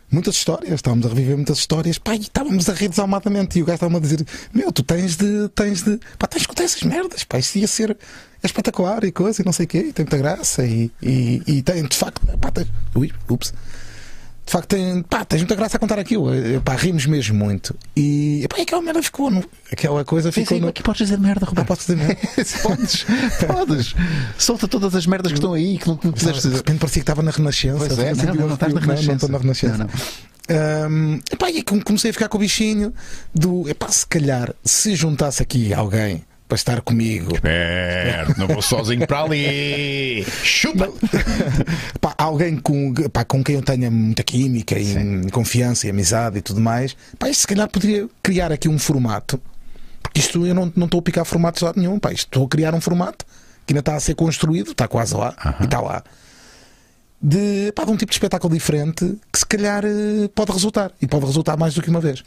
[SPEAKER 2] muitas histórias. Estávamos a reviver muitas histórias. Pá, e estávamos a rir desalmadamente. E o gajo estava-me a dizer: Meu, tu tens de. Tens de pá, tens de contar essas merdas. Pá, isto ia ser é espetacular e coisa e não sei o quê. E tem muita graça. E, e, e tem, de facto. Pá, tem, ui, ups de facto tem, pá, tens muita graça a contar aquilo. Eh, Pá, rimos mesmo muito. E pá, aquela merda ficou. No, aquela coisa ficou. no,
[SPEAKER 1] podes dizer merda,
[SPEAKER 2] Ah, posso dizer mesmo?
[SPEAKER 1] podes, podes. Solta todas as merdas que estão aí que não que não
[SPEAKER 2] De
[SPEAKER 1] pudeste dizer.
[SPEAKER 2] repente parecia que estava na Renascença.
[SPEAKER 1] Pois é,
[SPEAKER 2] Parecia
[SPEAKER 1] não,
[SPEAKER 2] que
[SPEAKER 1] não, não estás na
[SPEAKER 2] Não,
[SPEAKER 1] Renascença.
[SPEAKER 2] estou na Renascença.
[SPEAKER 1] Não, não.
[SPEAKER 2] Ahm, epá, e é que comecei a ficar com o bichinho do. Epá, se calhar, se juntasse aqui alguém para estar comigo.
[SPEAKER 1] Esperto, não vou sozinho para ali. Chupa!
[SPEAKER 2] Pá, alguém com, pá, com quem eu tenha muita química e confiança e amizade e tudo mais, pá, isto se calhar poderia criar aqui um formato. Porque isto eu não não estou a picar formatos de lado nenhum, pá, isto estou a criar um formato que ainda está a ser construído, está quase lá e está lá. De, pá, de um tipo de espetáculo diferente que se calhar eh, pode resultar e pode resultar mais do que uma vez.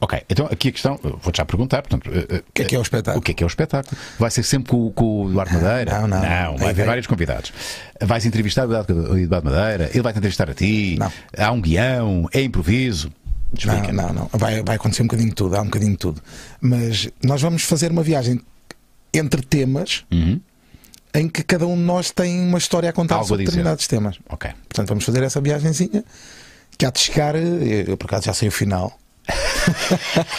[SPEAKER 1] Ok, então aqui a questão, eu vou-te já perguntar, portanto. eh, eh,
[SPEAKER 2] O que é que é o espetáculo?
[SPEAKER 1] O que é que é o espetáculo? Vai ser sempre com, com o Eduardo Madeira?
[SPEAKER 2] não, não.
[SPEAKER 1] vai
[SPEAKER 2] Aí
[SPEAKER 1] haver
[SPEAKER 2] vai-
[SPEAKER 1] vários convidados. Vais entrevistar o Eduardo o Eduardo Madeira, ele vai te entrevistar a ti,
[SPEAKER 2] Não.
[SPEAKER 1] há um guião, é improviso. Explica.
[SPEAKER 2] Não, não, não. Vai, vai acontecer um bocadinho de tudo, há um bocadinho de tudo. Mas nós vamos fazer uma viagem entre temas em que cada um de nós tem uma história a contar
[SPEAKER 1] Uhum. Algo a
[SPEAKER 2] sobre
[SPEAKER 1] dizer.
[SPEAKER 2] determinados temas.
[SPEAKER 1] Ok.
[SPEAKER 2] Portanto, vamos fazer essa viagenzinha que há de chegar. eh, Eu, por acaso, já sei o final.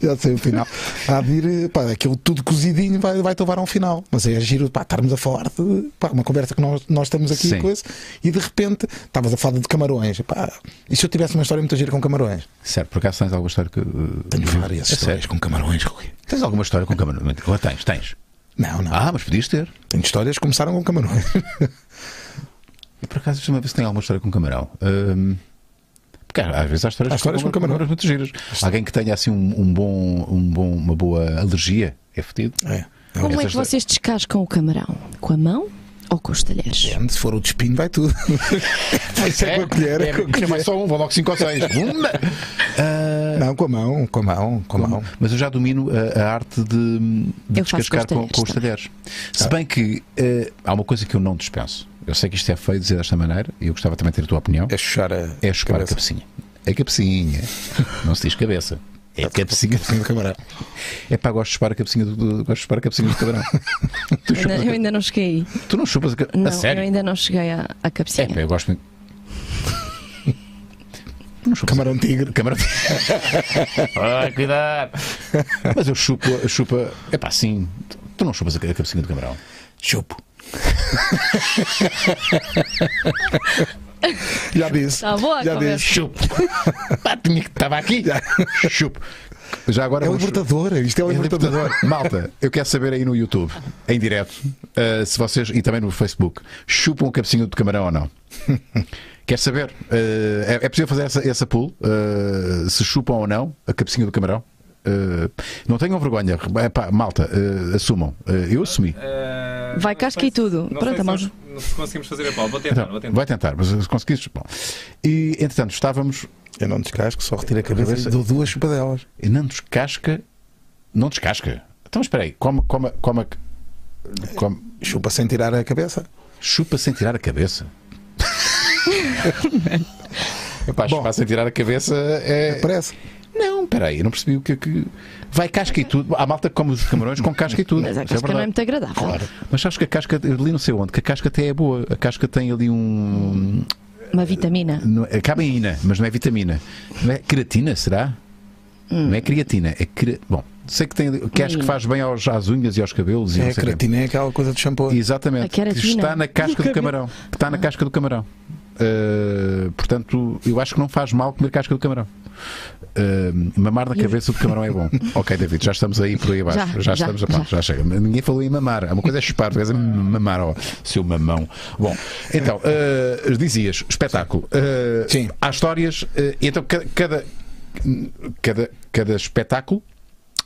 [SPEAKER 2] já sei o final. Há de ir, eh, pá, aquilo tudo cozidinho vai, vai te levar a um final. Mas é giro, pá, estarmos a falar de pá, uma conversa que nós, nós temos aqui
[SPEAKER 1] Sim.
[SPEAKER 2] e coisa, e de repente estavas a falar de camarões. Pá, e se eu tivesse uma história muito gira com camarões?
[SPEAKER 1] Certo, por acaso tens alguma história que. eh,
[SPEAKER 2] Tenho
[SPEAKER 1] vivo?
[SPEAKER 2] várias
[SPEAKER 1] É
[SPEAKER 2] histórias
[SPEAKER 1] sério?
[SPEAKER 2] com camarões, Rui.
[SPEAKER 1] Tens alguma história com câmara? Ou tens? Tens.
[SPEAKER 2] Não, não.
[SPEAKER 1] Ah, mas podias ter.
[SPEAKER 2] Tenho histórias que começaram com camarões.
[SPEAKER 1] E por acaso deixa-me ver se tem alguma história com camarão. Ahm, porque às vezes há histórias,
[SPEAKER 2] Há histórias com camarão.
[SPEAKER 1] camarões muito giras. Alguém que tenha assim um, um bom, um bom, uma boa alergia é fodido.
[SPEAKER 2] é.
[SPEAKER 3] Como é
[SPEAKER 1] Essas
[SPEAKER 3] que vocês descascam o camarão? Com a mão ou com os talheres?
[SPEAKER 2] Se for o despinho, vai tudo. vai ser com a colher.
[SPEAKER 1] é,
[SPEAKER 2] com a colher.
[SPEAKER 1] é mais só um, vou logo cinco ou seis. Uma. Ah,
[SPEAKER 2] Não, com a mão, com a mão, com a mão.
[SPEAKER 1] Mas eu já domino a, a arte de, de
[SPEAKER 3] Eu faço com
[SPEAKER 1] descascar
[SPEAKER 3] os
[SPEAKER 1] com,
[SPEAKER 3] talheres
[SPEAKER 1] com os
[SPEAKER 3] também.
[SPEAKER 1] talheres. Se bem que eh, há uma coisa que eu não dispenso. Eu sei que isto é feio dizer desta maneira e eu gostava também de ter a tua opinião.
[SPEAKER 2] É chuchar a.
[SPEAKER 1] É chupar a
[SPEAKER 2] cabeça.
[SPEAKER 1] cabecinha. A cabecinha. Não se diz cabeça. É cabecinha.
[SPEAKER 2] Sim, do camarão.
[SPEAKER 1] É pá, gosto de chupar a cabecinha do, do- gosto de chupar a cabecinha do cabrão. tu,
[SPEAKER 3] Ainda-
[SPEAKER 1] chupas a
[SPEAKER 3] eu
[SPEAKER 1] ca-
[SPEAKER 3] ainda não cheguei aí.
[SPEAKER 1] tu não chupas a É
[SPEAKER 3] Não,
[SPEAKER 1] cabecinha. A
[SPEAKER 3] eu
[SPEAKER 1] sério?
[SPEAKER 3] ainda não cheguei à,
[SPEAKER 1] É
[SPEAKER 3] à
[SPEAKER 1] pá,
[SPEAKER 3] cabecinha.
[SPEAKER 1] eu gosto muito. Não chupo
[SPEAKER 2] Camarão Tigre.
[SPEAKER 1] Câmara. Ai, cuidado! Mas eu chupo, eu chupo. É pá, sim. Tu não chupas a ca- a cabecinha do camarão.
[SPEAKER 2] Chupo. Já disse.
[SPEAKER 3] Tá boa a
[SPEAKER 2] Já
[SPEAKER 3] conversa.
[SPEAKER 2] disse.
[SPEAKER 1] Chupo! Pá, tinha que estava aqui! Chupo! Já agora
[SPEAKER 2] É o
[SPEAKER 1] vou chu-
[SPEAKER 2] libertador. Isto é o
[SPEAKER 1] É
[SPEAKER 2] libertador.
[SPEAKER 1] libertador. Malta, eu quero saber aí no YouTube, em direto, eh, se vocês, e também no Facebook, chupam o cabecinho do camarão ou não. Quer saber? Eh, é, é possível fazer essa, essa pool? eh, se chupam ou não a cabecinha do camarão? Eh, não tenham vergonha. Epá, malta, eh, assumam. Eh, eu assumi.
[SPEAKER 4] Eh,
[SPEAKER 3] Vai
[SPEAKER 4] não
[SPEAKER 3] casca
[SPEAKER 4] sei
[SPEAKER 3] e tudo.
[SPEAKER 4] se- não
[SPEAKER 3] Pronto,
[SPEAKER 4] sei se
[SPEAKER 3] vamos.
[SPEAKER 4] nós- Não se conseguimos fazer a pau. Vou tentar,
[SPEAKER 1] Então,
[SPEAKER 4] vou tentar.
[SPEAKER 1] vai tentar, mas se conseguires. Bom. E entretanto, estávamos.
[SPEAKER 2] Eu não descasco, só retiro a cabeça
[SPEAKER 1] Cabeça.
[SPEAKER 2] e dou duas chupadelas.
[SPEAKER 1] e Não descasca. Não descasca. Então espera aí, come, come, come, a- come-
[SPEAKER 2] Chupa sem tirar a cabeça.
[SPEAKER 1] Chupa sem tirar a cabeça. Epá,
[SPEAKER 2] Bom.
[SPEAKER 1] chupar sem tirar a cabeça é.
[SPEAKER 2] Parece.
[SPEAKER 1] Não, peraí, eu não percebi o que é que. Vai casca e tudo. Há malta que come os camarões com casca e tudo.
[SPEAKER 3] Mas a
[SPEAKER 1] Isso é
[SPEAKER 3] casca não é
[SPEAKER 1] verdade.
[SPEAKER 3] muito agradável.
[SPEAKER 1] Claro. Mas sabes que a casca, eu li não sei onde, que a casca até é boa. A casca tem ali um.
[SPEAKER 3] Uma vitamina.
[SPEAKER 1] Não, é cabeína, mas não é vitamina. Não é creatina, será?
[SPEAKER 3] Hum.
[SPEAKER 1] Não é creatina, é cre... Bom, sei que tem ali- que acho que faz bem aos, às unhas e aos cabelos. e
[SPEAKER 2] É,
[SPEAKER 1] não
[SPEAKER 2] a
[SPEAKER 1] sei o quê.
[SPEAKER 2] creatina é aquela coisa do shampoo.
[SPEAKER 1] Exatamente.
[SPEAKER 3] A queratina.
[SPEAKER 1] Que está na casca do, camarão. Que está na casca do camarão. Uh, portanto, eu acho que não faz mal comer casca do camarão. Uh, mamar na cabeça do camarão é bom. ok, David, já estamos aí por aí abaixo. Já,
[SPEAKER 3] Já, já,
[SPEAKER 1] estamos a pá, já. chega. Ninguém falou em mamar. Uma coisa é chupar, outra coisa é mamar, ó, seu mamão. Bom, então, uh, dizias, espetáculo. Uh,
[SPEAKER 2] Sim.
[SPEAKER 1] Há histórias. uh, então, ca- cada, cada, cada espetáculo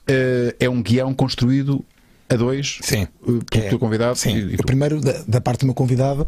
[SPEAKER 1] uh, é um guião construído a dois
[SPEAKER 2] Sim.
[SPEAKER 1] Uh, pelo
[SPEAKER 2] É.
[SPEAKER 1] teu convidado
[SPEAKER 2] Sim.
[SPEAKER 1] e- e
[SPEAKER 2] eu
[SPEAKER 1] tu.
[SPEAKER 2] primeiro, da, da parte do meu convidado,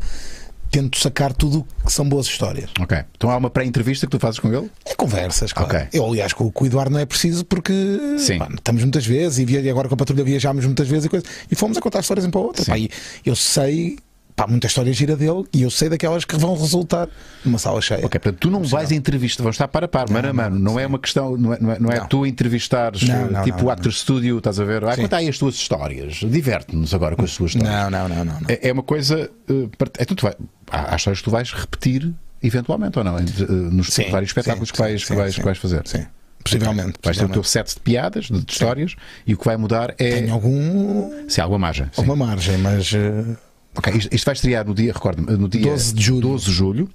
[SPEAKER 2] tento sacar tudo o que são boas histórias.
[SPEAKER 1] Ok. Então há uma pré-entrevista que tu fazes com ele?
[SPEAKER 2] É conversas, claro.
[SPEAKER 1] Ok.
[SPEAKER 2] Eu, aliás, com, com o Eduardo não é preciso porque
[SPEAKER 1] Sim.
[SPEAKER 2] pá, estamos muitas vezes e, via- e agora com a patrulha viajámos muitas vezes e, coisa, e fomos a contar histórias um para o outro.
[SPEAKER 1] Sim.
[SPEAKER 2] Pá, e eu sei, pá, muita história gira dele e eu sei daquelas que vão resultar numa sala cheia.
[SPEAKER 1] Ok, portanto, tu não vais a entrevista, vão estar para a par, mano a mano. Não é uma questão, não é, não é, não é
[SPEAKER 2] Não.
[SPEAKER 1] tu entrevistares
[SPEAKER 2] Não,
[SPEAKER 1] uh,
[SPEAKER 2] não,
[SPEAKER 1] tipo
[SPEAKER 2] não,
[SPEAKER 1] o
[SPEAKER 2] não.
[SPEAKER 1] Actor Studio, estás a ver? Ah, conta aí as tuas histórias, diverte-nos agora com as tuas histórias.
[SPEAKER 2] Não, não, não, não. não.
[SPEAKER 1] É, é uma coisa. uh, part- É, tu, tu vai, há há histórias que tu vais repetir eventualmente ou não, em- uh, nos
[SPEAKER 2] Sim,
[SPEAKER 1] vários espetáculos
[SPEAKER 2] sim,
[SPEAKER 1] que, vais,
[SPEAKER 2] sim,
[SPEAKER 1] que, vais,
[SPEAKER 2] sim.
[SPEAKER 1] que vais fazer.
[SPEAKER 2] Sim. Possivelmente.
[SPEAKER 1] Vais ter o
[SPEAKER 2] possivelmente.
[SPEAKER 1] teu set de piadas, de de histórias, e o que vai mudar é
[SPEAKER 2] Tem algum,
[SPEAKER 1] se há alguma margem. sim.
[SPEAKER 2] alguma margem, mas. eh,
[SPEAKER 1] Ok, isto, isto vai estrear no dia, recordo-me, no dia
[SPEAKER 2] 12 de julho.
[SPEAKER 1] 12 de julho.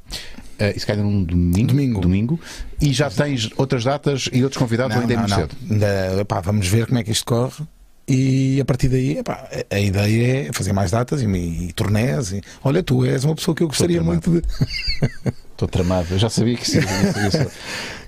[SPEAKER 1] Eh, isso cai num domingo,
[SPEAKER 2] Domingo.
[SPEAKER 1] E já tens outras datas e outros convidados ou ainda é muito cedo.
[SPEAKER 2] Ainda, epá, vamos ver como é que isto corre. E a partir daí, epá, a a ideia é fazer mais datas e, e turnés. E, olha, tu és uma pessoa que eu gostaria
[SPEAKER 1] tramado.
[SPEAKER 2] muito de.
[SPEAKER 1] Estou tramado. Eu já sabia que sim.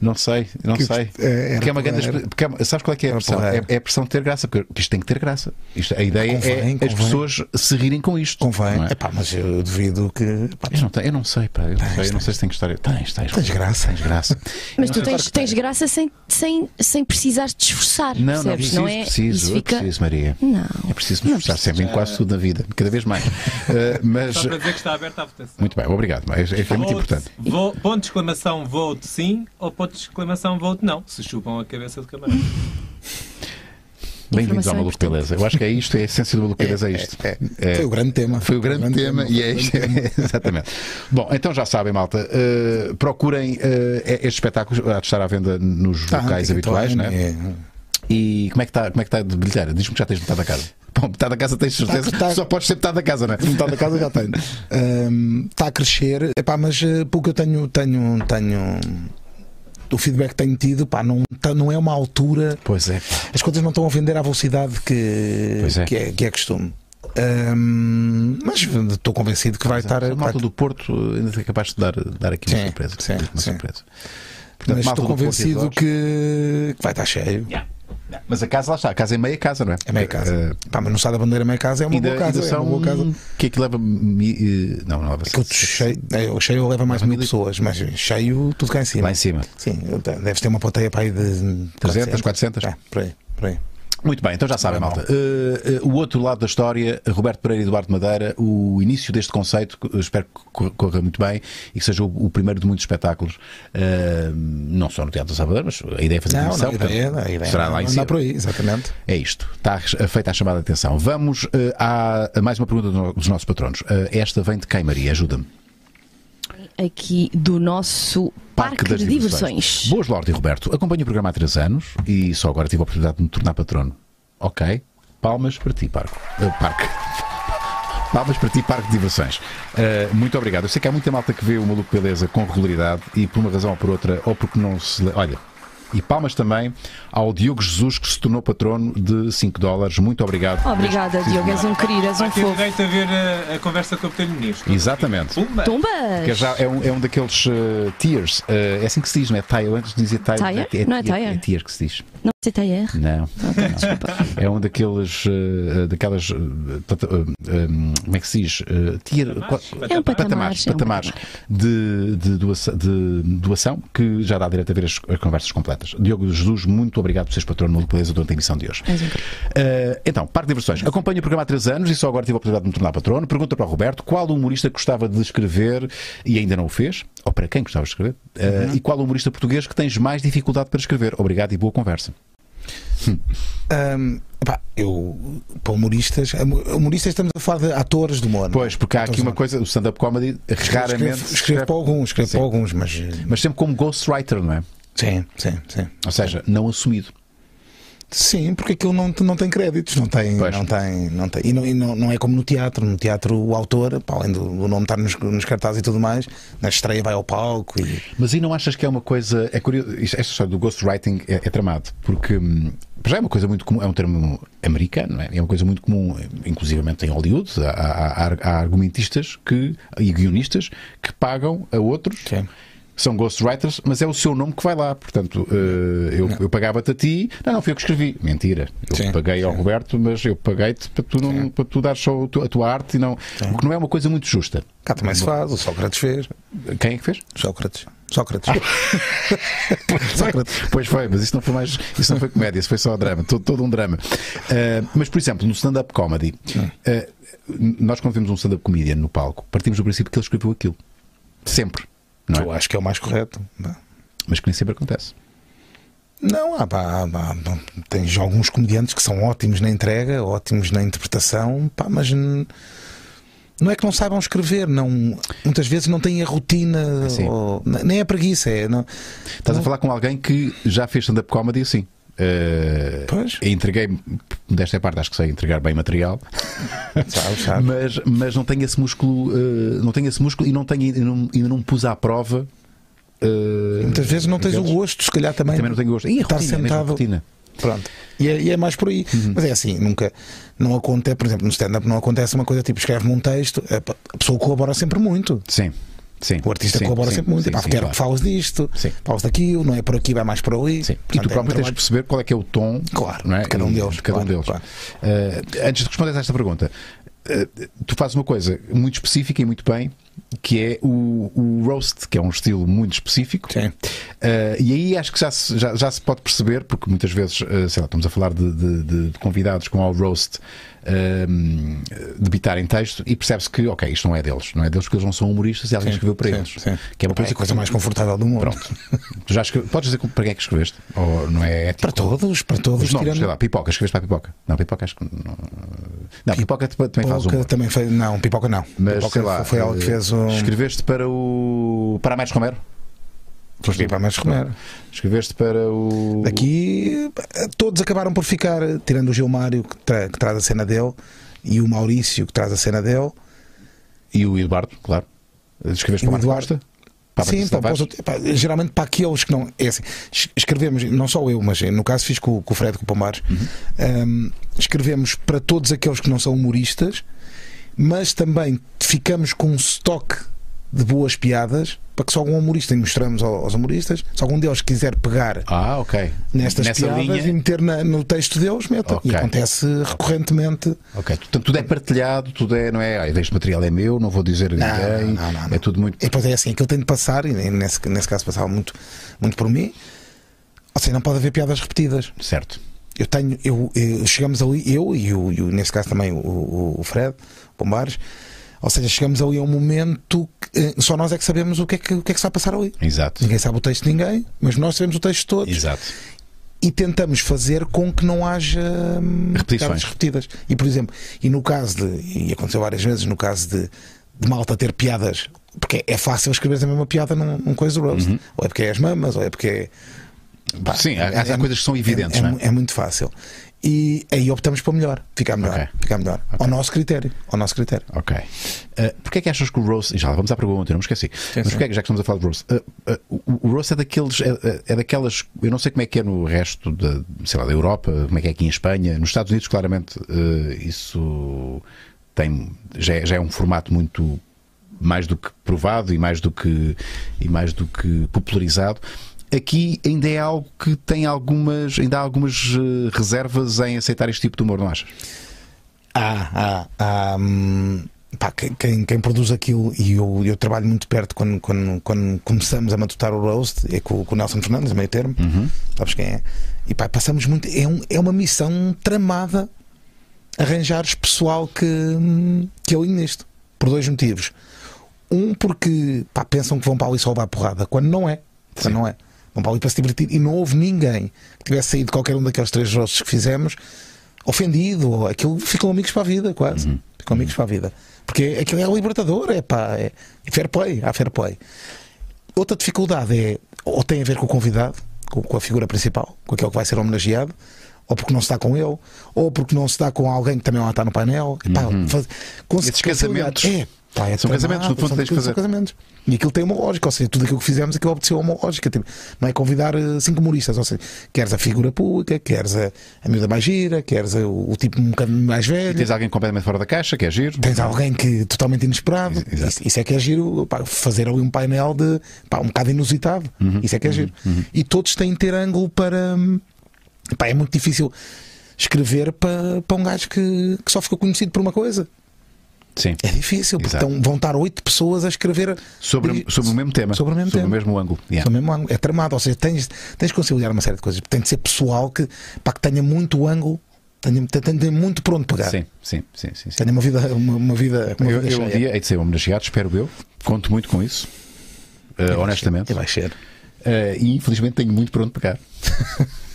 [SPEAKER 1] não sei, não
[SPEAKER 2] Que isto
[SPEAKER 1] sei.
[SPEAKER 2] é- era
[SPEAKER 1] porque é uma grande.
[SPEAKER 2] porreiro.
[SPEAKER 1] exp- Porque é uma- sabes qual é que é a
[SPEAKER 2] Era
[SPEAKER 1] pressão? É,
[SPEAKER 2] porreiro.
[SPEAKER 1] é a pressão de ter graça. Porque isto tem que ter graça. Isto- a ideia é
[SPEAKER 2] Convém,
[SPEAKER 1] as
[SPEAKER 2] convém.
[SPEAKER 1] pessoas se rirem com isto.
[SPEAKER 2] Convém.
[SPEAKER 1] não é?
[SPEAKER 2] Epá, mas eu duvido que. epá,
[SPEAKER 1] Eu não, te- eu não sei, pá. Eu não, sei, eu não sei se tenho que estar. Tens, tens.
[SPEAKER 2] Tens graça.
[SPEAKER 1] Tens graça.
[SPEAKER 3] Mas
[SPEAKER 1] Eu
[SPEAKER 3] tu
[SPEAKER 1] não sei
[SPEAKER 3] tens,
[SPEAKER 1] se-
[SPEAKER 3] tens graça sem, sem, sem precisares te esforçar.
[SPEAKER 1] Não, não
[SPEAKER 3] percebes?
[SPEAKER 1] preciso,
[SPEAKER 3] é?
[SPEAKER 1] preciso,
[SPEAKER 3] Isso
[SPEAKER 1] eu
[SPEAKER 3] fica.
[SPEAKER 1] preciso, Maria.
[SPEAKER 3] Não.
[SPEAKER 1] É preciso me esforçar sempre em quase tudo na vida, cada vez mais. Eh, mas.
[SPEAKER 4] Só para dizer que está aberta a votação.
[SPEAKER 1] Muito bem, obrigado. Mas é, é muito
[SPEAKER 4] Vote-
[SPEAKER 1] importante.
[SPEAKER 4] vo- ponto de exclamação vote sim ou ponto de exclamação vote não. Se chupam a cabeça do camarão.
[SPEAKER 1] Bem-vindos ao
[SPEAKER 3] Informação
[SPEAKER 1] Maluco Beleza. Eu acho que é isto, é a essência do Maluco Beleza, é isto.
[SPEAKER 2] é,
[SPEAKER 1] É.
[SPEAKER 2] Foi o grande tema.
[SPEAKER 1] Foi o grande, tema, e é isto. Exatamente. Bom, então já sabem, malta. eh, procurem eh, estes espetáculos. Há de estar à venda nos
[SPEAKER 2] Tá,
[SPEAKER 1] locais
[SPEAKER 2] TikTok,
[SPEAKER 1] habituais, né?
[SPEAKER 2] é.
[SPEAKER 1] E como é que está como é que tá de bilheteira? Diz-me que já tens metade da casa. Bom, metade da casa tens certeza.
[SPEAKER 2] tá.
[SPEAKER 1] Só podes ser metade da casa, não é?
[SPEAKER 2] Metade da casa já tenho. Ahm, Está a crescer. Epá, mas eh, pelo que eu tenho. tenho, tenho o feedback que tenho tido, pá, não, tá- não é uma altura
[SPEAKER 1] Pois é.
[SPEAKER 2] As coisas não estão a vender à velocidade que
[SPEAKER 1] Pois é.
[SPEAKER 2] que é, que é costume. Ahm, mas estou convencido que vai estar.
[SPEAKER 1] A malta
[SPEAKER 2] vai-
[SPEAKER 1] do Porto ainda é capaz de dar, dar aqui uma
[SPEAKER 2] Sim,
[SPEAKER 1] surpresa.
[SPEAKER 2] sim,
[SPEAKER 1] uma
[SPEAKER 2] sim.
[SPEAKER 1] surpresa. Portanto,
[SPEAKER 2] mas
[SPEAKER 1] malta
[SPEAKER 2] estou
[SPEAKER 1] do Porto e
[SPEAKER 2] convencido
[SPEAKER 1] Açores.
[SPEAKER 2] que, que vai estar cheio.
[SPEAKER 1] Mas a casa lá está, a casa é meia casa, não é?
[SPEAKER 2] É meia casa. Pá, mas não sai da bandeira meia casa, é uma
[SPEAKER 1] ainda,
[SPEAKER 2] boa casa.
[SPEAKER 1] ainda
[SPEAKER 2] É
[SPEAKER 1] são
[SPEAKER 2] uma boa casa.
[SPEAKER 1] que é que leva mi- eh, não, não leva
[SPEAKER 2] Que eu te cheio, eu cheio leva mais de mil pessoas, mas cheio tudo cá em cima.
[SPEAKER 1] lá em cima
[SPEAKER 2] Sim, eu te- deves ter uma plateia para aí de
[SPEAKER 1] 300, 400
[SPEAKER 2] É, por aí, por aí.
[SPEAKER 1] muito bem, então já sabem malta Eh, eh, o outro lado da história, Roberto Pereira e Eduardo Madeira o início deste conceito eh, espero que cor- corra muito bem e que seja o, o primeiro de muitos espetáculos eh, não só no Teatro da Salvador mas a ideia é fazer
[SPEAKER 2] Não,
[SPEAKER 1] emissão,
[SPEAKER 2] não, a ideia,
[SPEAKER 1] portanto,
[SPEAKER 2] a ideia
[SPEAKER 1] será lá
[SPEAKER 2] não,
[SPEAKER 1] em
[SPEAKER 2] não
[SPEAKER 1] cima
[SPEAKER 2] dá por aí, exatamente.
[SPEAKER 1] É isto. Está feita a chamada de atenção. Vamos eh, à- a mais uma pergunta do- dos nossos patronos. Eh, esta vem de quem, Maria? Ajuda-me.
[SPEAKER 3] aqui do nosso Parque,
[SPEAKER 1] Parque das
[SPEAKER 3] de
[SPEAKER 1] Diversões.
[SPEAKER 3] Diversões.
[SPEAKER 1] Boas, Lorde e Roberto. Acompanho o programa há 3 anos e só agora tive a oportunidade de me tornar patrono. Ok? Palmas para ti, Parco. Eh, parque. Palmas para ti, Parque de Diversões. Eh, muito obrigado. Eu sei que há muita malta que vê o Maluco Beleza com regularidade e por uma razão ou por outra, ou porque não se. le- Olha. E palmas também ao Diogo Jesus que se tornou patrono de 5 dólares. Muito obrigado.
[SPEAKER 3] Obrigada,
[SPEAKER 1] Sim,
[SPEAKER 3] Diogo.
[SPEAKER 1] senhora.
[SPEAKER 3] És um querido, és um
[SPEAKER 4] Vai ter
[SPEAKER 3] fofo.
[SPEAKER 4] é direito a ver a, a conversa com o Petelho Ministro.
[SPEAKER 3] Um
[SPEAKER 1] Exatamente.
[SPEAKER 4] Pumba!
[SPEAKER 1] Que é,
[SPEAKER 3] Tumbas!
[SPEAKER 1] já, é, um, é um daqueles eh, tiers. Eh, é assim que se diz, não é? Tire. Eu Antes dizia tire.
[SPEAKER 3] Tire? Não é
[SPEAKER 1] É,
[SPEAKER 3] tire.
[SPEAKER 1] tier que se diz.
[SPEAKER 3] Não sei é? TR.
[SPEAKER 1] Não.
[SPEAKER 3] Ok, desculpa.
[SPEAKER 1] É um daqueles. eh, daquelas. eh, tata- eh, um, como é que se diz? Eh, tier, qua-
[SPEAKER 3] É um patamar.
[SPEAKER 1] patamares,
[SPEAKER 3] é um
[SPEAKER 1] patamares de, de doaça- de doação que já dá direito a ver as, as conversas completas. Diogo Jesus, muito obrigado por seres patrono do Beleza durante a emissão de hoje.
[SPEAKER 3] És um querido.
[SPEAKER 1] Eh, então, Parque de Diversões. Acompanho o programa há 3 anos e só agora tive a oportunidade de me tornar patrono. Pergunta para o Roberto qual humorista gostava de escrever e ainda não o fez, ou para quem gostava de escrever, Eh,
[SPEAKER 3] Uhum.
[SPEAKER 1] e qual humorista português que tens mais dificuldade para escrever. Obrigado e boa conversa.
[SPEAKER 2] Hum, pá, eu, para humoristas, hum, humoristas estamos a falar de atores do humor. é?
[SPEAKER 1] Pois, porque há aqui uma coisa, o stand-up comedy
[SPEAKER 2] Escrevo-
[SPEAKER 1] raramente.
[SPEAKER 2] Escrevo, escrevo para alguns, escrevo
[SPEAKER 1] Sim.
[SPEAKER 2] para alguns, mas.
[SPEAKER 1] Mas sempre como ghostwriter, não é?
[SPEAKER 2] Sim, sim, sim.
[SPEAKER 1] Ou seja, não assumido.
[SPEAKER 2] Sim, porque aquilo não, não tem créditos, não tem.
[SPEAKER 1] Pois.
[SPEAKER 2] Não tem, não tem e não, e não, não é como no teatro. No teatro, o autor, pá, além do, do nome estar nos, nos cartazes e tudo mais, na estreia vai ao palco e.
[SPEAKER 1] Mas e não achas que é uma coisa. É curioso, isto- esta história do ghostwriting é, é tramado, porque hum, para já é uma coisa muito comum, é um termo americano, não é? é uma coisa muito comum, inclusivamente em Hollywood, há, há- há- há argumentistas que, e guionistas que pagam a outros.
[SPEAKER 2] Sim.
[SPEAKER 1] São ghostwriters, mas é o seu nome que vai lá. Portanto, eh, eu, eu pagava-te a ti. Não, não, fui eu que escrevi. Mentira. Eu
[SPEAKER 2] Sim,
[SPEAKER 1] paguei ao
[SPEAKER 2] sim.
[SPEAKER 1] Roberto, mas eu paguei-te para tu, não, para tu dar só a tua- a tua arte e não. O que não é uma coisa muito justa.
[SPEAKER 2] Cá também se faz, o Sócrates fez.
[SPEAKER 1] Quem é que fez?
[SPEAKER 2] Sócrates. Sócrates. Sócrates.
[SPEAKER 1] Pois foi, mas isso não foi mais, isso não foi comédia, isso foi só drama, todo, todo um drama. Ah, mas, por exemplo, no stand-up comedy,
[SPEAKER 2] Hum.
[SPEAKER 1] ah, nós quando vemos um stand-up comedian no palco, partimos do princípio que ele escreveu aquilo. Sempre. Não
[SPEAKER 2] Eu
[SPEAKER 1] é?
[SPEAKER 2] acho que é o mais correto.
[SPEAKER 1] Mas que nem sempre acontece.
[SPEAKER 2] Não, há, pá, há, pá, tens alguns comediantes que são ótimos na entrega, ótimos na interpretação, pá, mas n- não é que não saibam escrever, não, muitas vezes não têm a rotina,
[SPEAKER 1] Sim.
[SPEAKER 2] ou- n- nem é preguiça, é. Não,
[SPEAKER 1] Estás a falar com alguém que já fez stand-up comedy assim. Ah,
[SPEAKER 2] Pois.
[SPEAKER 1] eu Entreguei-me, desta parte acho que sei entregar bem material,
[SPEAKER 2] Sabe, sabe?
[SPEAKER 1] mas, mas não tenho esse músculo, ah, não tenho esse músculo e não tenho, ainda não, ainda não me pus à prova. ah,
[SPEAKER 2] Muitas vezes não tens o
[SPEAKER 1] digamos.
[SPEAKER 2] gosto, se calhar também.
[SPEAKER 1] Também não tenho gosto. E a
[SPEAKER 2] estar
[SPEAKER 1] rotina, é mesmo a rotina. Uhum.
[SPEAKER 2] Pronto. E é, e é mais por aí. Mas é assim, nunca. Não acontece, por exemplo, no stand-up não acontece uma coisa tipo escreve-me um texto, a p- a pessoa colabora sempre muito.
[SPEAKER 1] Sim, sim.
[SPEAKER 2] O artista
[SPEAKER 1] sim,
[SPEAKER 2] colabora
[SPEAKER 1] sim,
[SPEAKER 2] sempre muito.
[SPEAKER 1] sim,
[SPEAKER 2] Pá,
[SPEAKER 1] sim,
[SPEAKER 2] quero
[SPEAKER 1] claro.
[SPEAKER 2] que fales disto,
[SPEAKER 1] Sim.
[SPEAKER 2] fales daquilo, não é por aqui, vai mais por ali.
[SPEAKER 1] Sim. E
[SPEAKER 2] Portanto,
[SPEAKER 1] tu
[SPEAKER 2] é um
[SPEAKER 1] próprio tens de
[SPEAKER 2] trabalho-
[SPEAKER 1] perceber qual é que é o tom
[SPEAKER 2] Claro,
[SPEAKER 1] não é?
[SPEAKER 2] de cada um deles,
[SPEAKER 1] De cada um
[SPEAKER 2] claro,
[SPEAKER 1] deles.
[SPEAKER 2] claro.
[SPEAKER 1] Eh, antes de responder a esta pergunta, eh, tu fazes uma coisa muito específica e muito bem, que é o, o roast, que é um estilo muito específico.
[SPEAKER 2] Sim.
[SPEAKER 1] Eh, e aí acho que já se, já, já se pode perceber, porque muitas vezes, eh, sei lá, estamos a falar de, de- de- de convidados com ao roast ehm, debitar em texto e percebe-se que, ok, isto não é deles, não é deles porque eles não são humoristas e alguém
[SPEAKER 2] Sim,
[SPEAKER 1] escreveu para
[SPEAKER 2] sim,
[SPEAKER 1] eles.
[SPEAKER 2] sim.
[SPEAKER 1] Que é uma coisa,
[SPEAKER 2] É a coisa mais confortável do mundo.
[SPEAKER 1] Pronto. Tu já escreve- Podes dizer para quem é que escreveste? Ou não é ético?
[SPEAKER 2] Para todos, para todos.
[SPEAKER 1] Os nomes,
[SPEAKER 2] tirando-
[SPEAKER 1] sei lá, pipoca, escreveste para a pipoca. Não, pipoca acho que. Não, não pipoca também faz
[SPEAKER 2] Pipoca
[SPEAKER 1] um.
[SPEAKER 2] também foi. Não, pipoca não.
[SPEAKER 1] Mas
[SPEAKER 2] pipoca
[SPEAKER 1] sei lá.
[SPEAKER 2] foi ela que
[SPEAKER 1] eh,
[SPEAKER 2] fez um.
[SPEAKER 1] Escreveste para o. Para a Mais Romero?
[SPEAKER 2] Escrevi para mais Romero.
[SPEAKER 1] Escreveste para o.
[SPEAKER 2] Aqui eh, todos acabaram por ficar, eh, tirando o Gilmário que, tra- que traz a cena dele e o Maurício que traz a cena dele.
[SPEAKER 1] E o Eduardo, claro. Escreveste para
[SPEAKER 2] E o
[SPEAKER 1] o Marco
[SPEAKER 2] Eduardo?
[SPEAKER 1] Costa? Para a
[SPEAKER 2] Sim,
[SPEAKER 1] Patrícia
[SPEAKER 2] pá,
[SPEAKER 1] Tavares?
[SPEAKER 2] posso- pá, geralmente para aqueles que não. É assim, es- escrevemos, não só eu, mas eh, no caso fiz com, com o Fred com o Palmares,
[SPEAKER 1] Uhum.
[SPEAKER 2] hum, escrevemos para todos aqueles que não são humoristas, mas também ficamos com um estoque de boas piadas para que se algum humorista, e mostramos ao- aos humoristas, se algum deles quiser pegar
[SPEAKER 1] Ah, ok.
[SPEAKER 2] nestas
[SPEAKER 1] Nessa
[SPEAKER 2] piadas
[SPEAKER 1] linha.
[SPEAKER 2] e meter na- no texto deles, meta.
[SPEAKER 1] Ok.
[SPEAKER 2] E acontece recorrentemente.
[SPEAKER 1] Ok, portanto tudo é partilhado, tudo é, não é? "Ah, Este material é meu, não vou dizer a ninguém.
[SPEAKER 2] não, não, não.
[SPEAKER 1] É tudo muito.
[SPEAKER 2] E depois é assim, aquilo tem de passar, e nesse, nesse caso passava muito, muito por mim. Ou seja, não pode haver piadas repetidas.
[SPEAKER 1] Certo.
[SPEAKER 2] Eu tenho, eu, eu- chegamos ali, eu e, o, e o- nesse caso também o, o, o Fred, Pombares, ou seja, chegamos ali a um momento que eh, só nós é que sabemos o que é que, o que é que se vai passar ali.
[SPEAKER 1] Exato.
[SPEAKER 2] Ninguém sabe o texto de ninguém, mas nós sabemos o texto todo
[SPEAKER 1] Exato.
[SPEAKER 2] e tentamos fazer com que não haja hum,
[SPEAKER 1] Repetições.
[SPEAKER 2] piadas repetidas. E por exemplo, e no caso de, e aconteceu várias vezes, no caso de, de malta ter piadas Porque é fácil escrever também uma piada num, num coisa do
[SPEAKER 1] Uhum.
[SPEAKER 2] roast. Ou é porque é as mamas, ou é porque é. Pá,
[SPEAKER 1] Sim, há- há coisas que são evidentes,
[SPEAKER 2] é,
[SPEAKER 1] não é?
[SPEAKER 2] é muito fácil. E aí optamos para o melhor, ficar melhor,
[SPEAKER 1] Ok.
[SPEAKER 2] ficar melhor. Ao nosso critério, ao nosso critério.
[SPEAKER 1] Ok. Uh, Porquê é que achas que o Rose. e Já lá vamos à pergunta, eu não me esqueci. Mas porquê é que já que estamos a falar de Rose? uh, uh, o- o Rose é daqueles. É, é- é daquelas. Eu não sei como é que é no resto da, sei lá, da Europa, como é que é aqui em Espanha. Nos Estados Unidos, claramente, uh, isso tem. Já é, já é um formato muito. Mais do que provado e mais do que, e mais do que popularizado. Aqui ainda é algo que tem algumas. Ainda há algumas uh, reservas em aceitar este tipo de humor, não achas?
[SPEAKER 2] Há, há, há, Ah, hum, pá, quem- quem, quem produz aquilo, e eu, eu trabalho muito perto quando, quando, quando começamos a matutar o roast, é com, com o Nelson Fernandes, a meio termo, sabes quem é? E pá, passamos muito. É, um- é uma missão tramada arranjares pessoal que, hum, que alinhe nisto, por dois motivos. Um, porque pá, pensam que vão para ali só levar porrada, quando não é. Quando não é. Vão para ali para se divertir. E não houve ninguém que tivesse saído de qualquer um daqueles três rostos que fizemos ofendido. Ou aquilo ficam amigos para a vida, quase.
[SPEAKER 1] Uhum.
[SPEAKER 2] Ficam amigos para a vida. Porque aquilo é libertador, é pá, é fair play, há fair play. Outra dificuldade é, ou tem a ver com o convidado, com, com a figura principal, com aquele que vai ser homenageado, ou porque não se dá com ele, ou porque não se dá com alguém que também lá está no painel. E, pá, faz- com-
[SPEAKER 1] Uhum. Esses casamentos.
[SPEAKER 2] É, pá, é
[SPEAKER 1] São casamentos, no fundo,
[SPEAKER 2] são-
[SPEAKER 1] tens que
[SPEAKER 2] são
[SPEAKER 1] fazer.
[SPEAKER 2] Tipo, é eh, tipo um
[SPEAKER 1] Tens alguém completamente fora da caixa, que é giro.
[SPEAKER 2] Tens alguém que totalmente inesperado.
[SPEAKER 1] Exato.
[SPEAKER 2] Isso, isso é que é giro. pá, fazer ali um painel de pá, um bocado inusitado.
[SPEAKER 1] Uhum,
[SPEAKER 2] Isso é que é giro. E todos têm de ter ângulo para. hum, Pá, é muito difícil escrever para, para um gajo que, que só ficou conhecido por uma coisa.
[SPEAKER 1] Sim.
[SPEAKER 2] É difícil, porque
[SPEAKER 1] Exato.
[SPEAKER 2] estão- vão estar oito pessoas a escrever
[SPEAKER 1] Sobre,
[SPEAKER 2] diri-
[SPEAKER 1] sobre o mesmo tema.
[SPEAKER 2] Sobre o mesmo tema.
[SPEAKER 1] ângulo. Yeah.
[SPEAKER 2] Só mesmo ângulo. É tramado, ou seja, tens, tens de conciliar uma série de coisas. Tem de ser pessoal que, pá, que tenha muito ângulo, tenha, tenha muito por onde pegar.
[SPEAKER 1] Sim, sim, sim, sim. sim.
[SPEAKER 2] Tenha uma vida. Uma, uma vida, uma
[SPEAKER 1] Eu,
[SPEAKER 2] vida
[SPEAKER 1] eu um
[SPEAKER 2] cheia.
[SPEAKER 1] dia hei de ser homenageado, espero eu. Conto muito com isso. uh,
[SPEAKER 2] É
[SPEAKER 1] honestamente.
[SPEAKER 2] E vai ser.
[SPEAKER 1] Uh, e infelizmente tenho muito para onde pegar.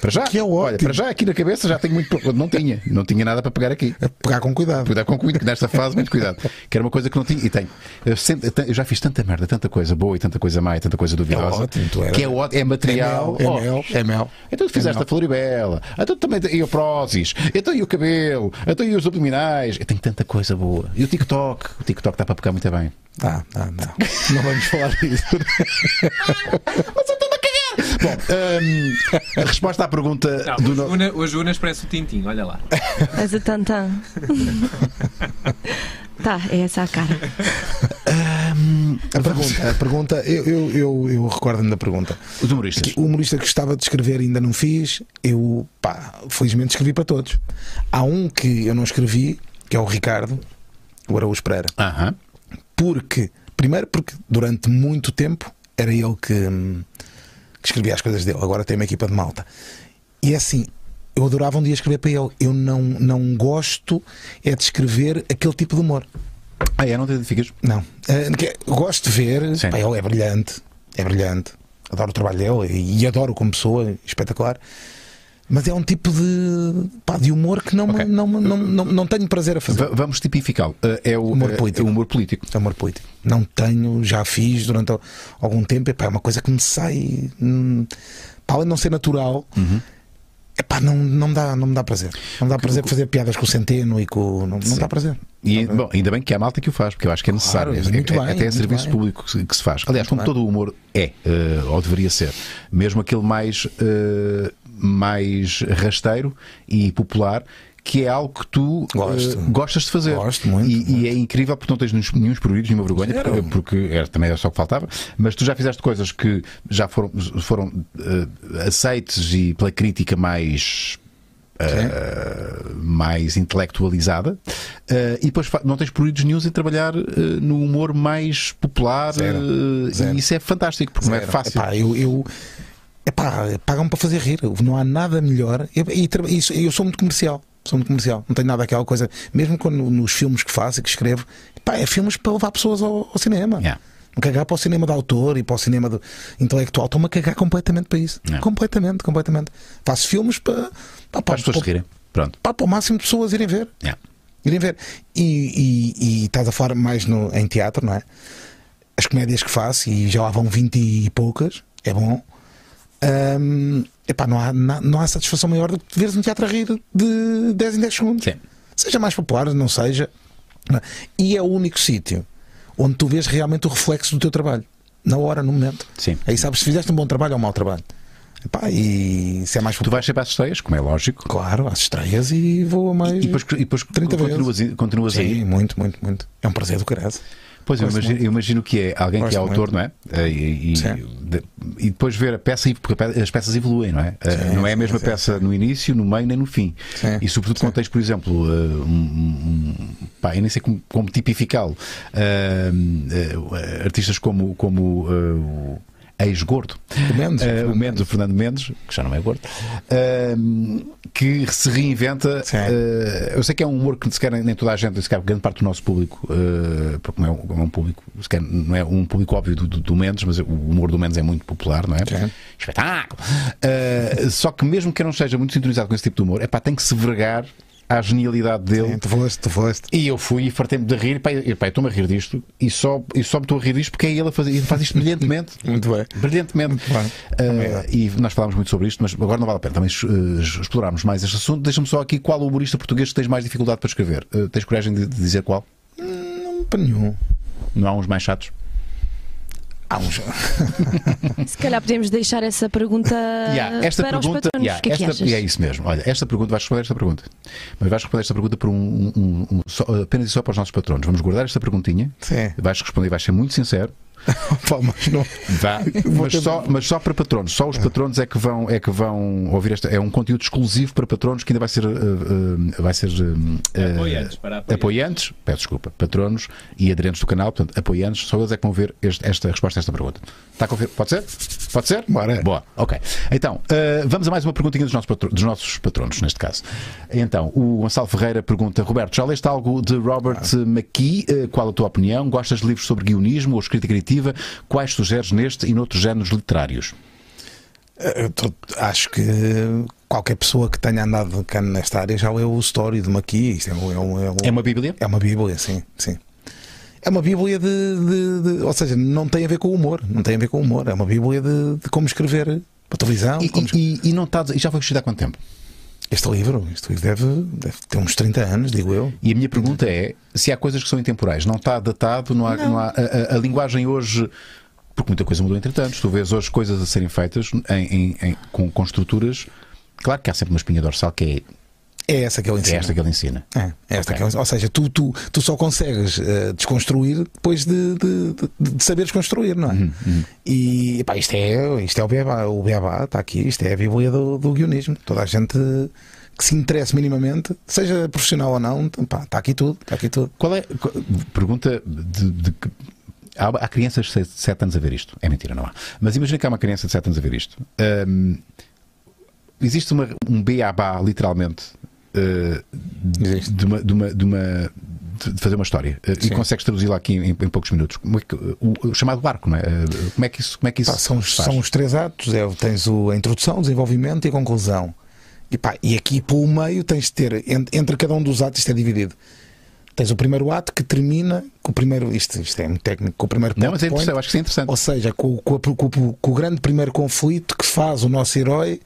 [SPEAKER 1] para já.
[SPEAKER 2] Que é
[SPEAKER 1] Olha,
[SPEAKER 2] ótimo.
[SPEAKER 1] para já aqui na cabeça já tenho muito. para- Não tinha. Não tinha nada para pegar aqui.
[SPEAKER 2] Pegar com cuidado.
[SPEAKER 1] Cuidado com cuidado, que nesta fase, muito cuidado. Que era uma coisa que não tinha e tenho. Eu, sempre- eu te- eu já fiz tanta merda, tanta coisa boa e tanta coisa má e tanta coisa duvidosa.
[SPEAKER 2] ótimo, tu era.
[SPEAKER 1] que é ótimo, é material.
[SPEAKER 2] é
[SPEAKER 1] ó,
[SPEAKER 2] mel, é mel.
[SPEAKER 1] Então tu fizeste a Floribela, então tu também e o Prozis, então e o cabelo, então e os abdominais. Eu tenho tanta coisa boa. E o TikTok, o TikTok dá para pegar muito bem.
[SPEAKER 2] Tá, tá, não. Não vamos falar disso.
[SPEAKER 1] Mas eu estou a cagar! Bom, hum, a resposta à pergunta
[SPEAKER 4] Não,
[SPEAKER 1] do
[SPEAKER 4] hoje,
[SPEAKER 1] no...
[SPEAKER 4] Una, hoje Unas parece o Tintim, olha lá.
[SPEAKER 3] Mas a tantã. tá, é essa a cara.
[SPEAKER 2] A pergunta, a pergunta eu, eu, eu, eu recordo-me da pergunta.
[SPEAKER 1] os humoristas.
[SPEAKER 2] Que O humorista que gostava de escrever e ainda não fiz, eu, pá, felizmente escrevi para todos. Há um que eu não escrevi, que é o Ricardo, o Araújo Pereira.
[SPEAKER 1] Aham.
[SPEAKER 2] Porque, primeiro, porque durante muito tempo era ele que, hum, que escrevia as coisas dele, agora tem uma equipa de malta. E é assim, eu adorava um dia escrever para ele. Eu não, não gosto é de escrever aquele tipo de humor.
[SPEAKER 1] Ah, é, não te identificas?
[SPEAKER 2] Não. Ah, que- gosto de ver.
[SPEAKER 1] Sim.
[SPEAKER 2] Pá, ele é brilhante. É brilhante. Adoro o trabalho dele e, e adoro como pessoa, espetacular. Mas é um tipo de, pá, de humor que não, me-
[SPEAKER 1] Ok.
[SPEAKER 2] não, me- não, não, não tenho prazer a fazer.
[SPEAKER 1] Va- vamos tipificá-lo. Uh, É o
[SPEAKER 2] Humor
[SPEAKER 1] é-
[SPEAKER 2] político.
[SPEAKER 1] é o humor político.
[SPEAKER 2] Amor político. Não tenho, já fiz durante al- algum tempo. Epá, é uma coisa que me sai. hum, Pá, além de não ser natural, epá, não, não, me dá, não me dá prazer. Não me dá prazer fazer piadas com o Centeno e com. Não, não me dá prazer.
[SPEAKER 1] E, bom, ainda bem que há malta que o faz, porque eu acho que é necessário.
[SPEAKER 2] mas muito
[SPEAKER 1] É- é-
[SPEAKER 2] bem,
[SPEAKER 1] até é
[SPEAKER 2] muito
[SPEAKER 1] serviço
[SPEAKER 2] bem.
[SPEAKER 1] público que se, que se faz. Aliás, como
[SPEAKER 2] bem.
[SPEAKER 1] todo o humor é, eh, ou deveria ser, mesmo aquele mais, eh, mais rasteiro e popular. Que é algo que tu eh,
[SPEAKER 2] Gosto.
[SPEAKER 1] gostas de fazer.
[SPEAKER 2] Gosto muito,
[SPEAKER 1] E, e
[SPEAKER 2] muito.
[SPEAKER 1] é incrível porque não tens nenhum, nenhum pruridos, nenhuma vergonha, porque, porque era, também era só o que faltava. Mas tu já fizeste coisas que já foram, foram eh, aceites e pela crítica mais
[SPEAKER 2] Sim.
[SPEAKER 1] mais intelectualizada eh, e depois fa- não tens proibidos nenhum em trabalhar eh, no humor mais popular
[SPEAKER 2] Zero.
[SPEAKER 1] eh,
[SPEAKER 2] Zero.
[SPEAKER 1] e isso é fantástico porque não é
[SPEAKER 2] Zero.
[SPEAKER 1] fácil.
[SPEAKER 2] Epá, eu, eu, epá, pagam para fazer rir. Não há nada melhor. E, e tra- isso- eu sou muito comercial. Sou muito comercial. Não tenho nada aquela coisa. Mesmo quando, nos filmes que faço e que escrevo, epá, é filmes para levar pessoas ao, ao cinema.
[SPEAKER 1] Yeah.
[SPEAKER 2] Me cagar para o cinema de autor e para o cinema do intelectual. Estou-me a cagar completamente para isso.
[SPEAKER 1] Yeah.
[SPEAKER 2] Completamente, completamente. Faço filmes para, pá,
[SPEAKER 1] Para as pessoas se
[SPEAKER 2] para,
[SPEAKER 1] rirem. Pronto.
[SPEAKER 2] pá, para o máximo de pessoas irem ver
[SPEAKER 1] Yeah.
[SPEAKER 2] irem ver. E, e, e estás a falar mais no, em teatro, não é? as comédias que faço, e já lá vão 20 e poucas, é bom. hum, epá, não, há, na- não há satisfação maior do que veres um teatro a rir de 10 em 10 segundos.
[SPEAKER 1] Sim.
[SPEAKER 2] Seja mais popular, não seja. E é o único sítio onde tu vês realmente o reflexo do teu trabalho. Na hora, no momento.
[SPEAKER 1] Sim.
[SPEAKER 2] Aí sabes se fizeste um bom trabalho ou um mau trabalho. Epá, e se é mais
[SPEAKER 1] Tu
[SPEAKER 2] popular.
[SPEAKER 1] vais sempre às estreias, como é lógico.
[SPEAKER 2] Claro, às estreias e vou a mais.
[SPEAKER 1] E depois, e depois
[SPEAKER 2] 30
[SPEAKER 1] continuas,
[SPEAKER 2] vezes.
[SPEAKER 1] continuas
[SPEAKER 2] Sim,
[SPEAKER 1] aí.
[SPEAKER 2] muito, muito, muito. É um prazer do caralho.
[SPEAKER 1] Pois eu
[SPEAKER 2] Gosto
[SPEAKER 1] imagino,
[SPEAKER 2] muito.
[SPEAKER 1] eu imagino que é alguém que é
[SPEAKER 2] né? Gosto
[SPEAKER 1] autor,
[SPEAKER 2] muito.
[SPEAKER 1] não é? Eh, E, e-
[SPEAKER 2] Sim.
[SPEAKER 1] de- e depois ver a peça, e- porque a pe- as peças evoluem, não é? Eh,
[SPEAKER 2] Sim,
[SPEAKER 1] não é a
[SPEAKER 2] sim,
[SPEAKER 1] mesma
[SPEAKER 2] sim,
[SPEAKER 1] peça no início, no meio nem no fim.
[SPEAKER 2] Sim.
[SPEAKER 1] E sobretudo quando tens, por exemplo, eh, um, um- um- pá, eu nem sei como, como tipificá-lo, Ah, eh, artistas como, como eh, o ex-gordo.
[SPEAKER 2] O Mendes,
[SPEAKER 1] Eh,
[SPEAKER 2] o
[SPEAKER 1] o Mendes, o Fernando Mendes, que já não é gordo, ehm, que se reinventa.
[SPEAKER 2] Sim.
[SPEAKER 1] eh, eu sei que é um humor que se calhar nem toda a gente, se calhar grande parte do nosso público, eh, porque não é um, não é um público, se calhar não é um público óbvio do, do- do Mendes, mas o humor do Mendes é muito popular, não é?
[SPEAKER 2] Sim.
[SPEAKER 1] Espetáculo! Eh, só que mesmo que eu não esteja muito sintonizado com esse tipo de humor, é pá, tem que se vergar à genialidade dele.
[SPEAKER 2] Sim, Tu foste, tu foste.
[SPEAKER 1] E eu fui e fartei-me de rir, pá, e- pá, eu estou-me a rir disto e só, e só me estou a rir disto porque é ele a fazer, ele faz isto brilhantemente.
[SPEAKER 2] Muito bem.
[SPEAKER 1] Brilhantemente.
[SPEAKER 2] bem.
[SPEAKER 1] Ah,
[SPEAKER 2] Obrigado.
[SPEAKER 1] e nós falámos muito sobre isto, mas agora não vale a pena também eh, explorarmos mais este assunto. Deixa-me só aqui qual o humorista português que tens mais dificuldade para escrever. Eh, tens coragem de, de dizer qual?
[SPEAKER 2] Não, para nenhum.
[SPEAKER 1] Não há uns mais chatos?
[SPEAKER 2] Há um uns.
[SPEAKER 3] Se calhar podemos deixar essa pergunta
[SPEAKER 1] Yeah, esta
[SPEAKER 3] Ah, para os
[SPEAKER 1] pergunta
[SPEAKER 3] patronos.
[SPEAKER 1] yeah,
[SPEAKER 3] o que é que
[SPEAKER 1] esta-
[SPEAKER 3] achas?
[SPEAKER 1] é isso mesmo. Olha, esta pergunta vais responder esta pergunta, mas vais responder esta pergunta por um, um- um- só- apenas e só para os nossos patronos. Vamos guardar esta perguntinha.
[SPEAKER 2] Sim.
[SPEAKER 1] Vais responder, vais ser muito sincero.
[SPEAKER 2] Pá, mas não.
[SPEAKER 1] Vá.
[SPEAKER 2] Vou
[SPEAKER 1] Mas,
[SPEAKER 2] tentar.
[SPEAKER 1] só, mas só para patronos, só os patronos é que vão, é que vão ouvir esta. É um conteúdo exclusivo para patronos que ainda vai ser. eh, eh, vai ser eh,
[SPEAKER 4] Apoiantes, para
[SPEAKER 1] eh,
[SPEAKER 4] apoiantes.
[SPEAKER 1] apoiantes, peço desculpa, patronos e aderentes do canal, portanto, apoiantes, só eles é que vão ver este- esta resposta a esta pergunta. Está a conferir? Pode ser? Pode ser?
[SPEAKER 2] Bora.
[SPEAKER 1] Boa, ok. Então, eh, vamos a mais uma perguntinha dos nossos, patro- dos nossos patronos, neste caso. Então, o Gonçalo Ferreira pergunta: Roberto, já leste algo de Robert McKee? Eh, qual a tua opinião? Gostas de livros sobre guionismo ou escrita criativa? Quais sugeres neste e noutros géneros literários?
[SPEAKER 2] Eu tô- acho que qualquer pessoa que tenha andado cá nesta área já leu o story de Maqui. Isto é, um- é, um- é, um-
[SPEAKER 1] É uma Bíblia?
[SPEAKER 2] é uma Bíblia, sim. sim. É uma Bíblia de, de- de- Ou seja, não tem a ver com o humor. Não tem a ver com o humor. É uma Bíblia de, de como escrever para televisão.
[SPEAKER 1] E,
[SPEAKER 2] de como escrever-
[SPEAKER 1] e- e- e não está, e já foi escrito há quanto tempo?
[SPEAKER 2] Este livro, este livro deve, deve ter uns 30 anos, digo eu.
[SPEAKER 1] E a minha pergunta é se há coisas que são intemporais. Não está datado, não há, não há- a, a- a linguagem hoje. Porque muita coisa mudou entretanto. Tu vês hoje coisas a serem feitas em- em- em- com, com estruturas. Claro que há sempre uma espinha dorsal que
[SPEAKER 2] É essa que ele
[SPEAKER 1] é, é
[SPEAKER 2] ensina.
[SPEAKER 1] esta que ele ensina.
[SPEAKER 2] É, é esta
[SPEAKER 1] Ok.
[SPEAKER 2] que é- ou seja, tu, tu, tu só consegues eh, desconstruir depois de, de, de, de saberes construir, não é? E pá, isto é, isto é o Beabá, o Beabá está aqui, isto é a Bíblia do, do guionismo. Toda a gente que se interessa minimamente, seja profissional ou não, pá, está aqui tudo, está aqui tudo.
[SPEAKER 1] Qual é. qual- Pergunta de. de que- há, há crianças de 7 anos a ver isto. É mentira, não há. Mas imagina que há uma criança de 7 anos a ver isto. Ahm, existe uma, um beabá, literalmente, eh,
[SPEAKER 2] Existe.
[SPEAKER 1] de uma. De uma, de uma- de- de fazer uma história Eh, e
[SPEAKER 2] Sim.
[SPEAKER 1] consegues traduzi-la aqui em, em poucos minutos. Como é que- o, o chamado barco, não é? Eh, Como é que isso, como é que isso
[SPEAKER 2] Pá, são, os,
[SPEAKER 1] se faz?
[SPEAKER 2] são os três atos: é, tens o, a introdução, o desenvolvimento e a conclusão. E, pá, e aqui pelo meio tens de ter, en- entre cada um dos atos, isto é dividido. Tens o primeiro ato que termina com o primeiro. Isto, isto é muito técnico. Com o primeiro
[SPEAKER 1] Não,
[SPEAKER 2] plot
[SPEAKER 1] mas é
[SPEAKER 2] point,
[SPEAKER 1] interessante, eu acho que isso é interessante.
[SPEAKER 2] Ou seja, com, com a- com o- com o grande primeiro conflito que faz o nosso herói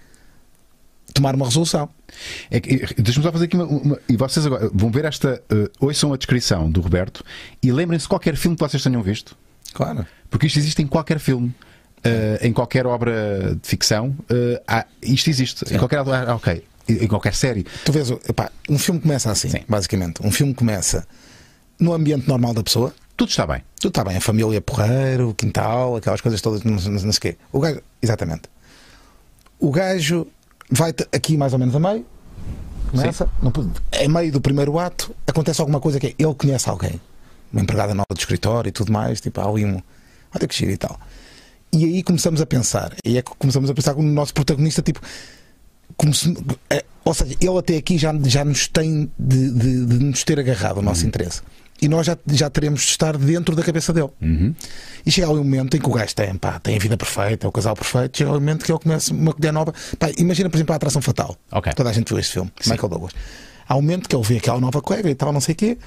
[SPEAKER 2] tomar uma resolução.
[SPEAKER 1] É que- é- Deixa-me só fazer aqui uma, uma- E vocês agora vão ver esta. eh, ouçam a descrição do Roberto e lembrem-se de qualquer filme que vocês tenham visto.
[SPEAKER 2] Claro.
[SPEAKER 1] Porque isto existe em qualquer filme. eh, em qualquer obra de ficção, eh, há- isto existe. Em qualquer, ah, ok. Em qualquer série.
[SPEAKER 2] Tu vês, o- epá, um filme começa assim,
[SPEAKER 1] Sim.
[SPEAKER 2] basicamente. Um filme começa no ambiente normal da pessoa.
[SPEAKER 1] Tudo está bem.
[SPEAKER 2] Tudo está bem, a família porreiro, o quintal, aquelas coisas todas, não, não, não sei o quê. O gajo, exatamente. O gajo vai te- aqui mais ou menos a meio, começa, não pude- em meio do primeiro ato, acontece alguma coisa que é, ele conhece alguém, uma empregada nova do escritório e tudo mais, tipo, há ali um, olha que giro e tal. E aí começamos a pensar, e é que começamos a pensar com o nosso protagonista, tipo, como se- é, ou seja, ele até aqui já, já nos tem de, de- de nos ter agarrado o
[SPEAKER 1] Uhum.
[SPEAKER 2] nosso interesse. E nós já, já teremos de estar dentro da cabeça dele.
[SPEAKER 1] Uhum.
[SPEAKER 2] E chega ali um momento em que o gajo tem, pá, tem a vida perfeita, é o casal perfeito. Chega ali um momento que ele começa uma colher nova. Pá, imagina, por exemplo, a Atração Fatal.
[SPEAKER 1] Ok.
[SPEAKER 2] Toda a gente viu este filme, Michael Douglas. Há um momento que ele vê aquela nova colega e tal, não sei o quê.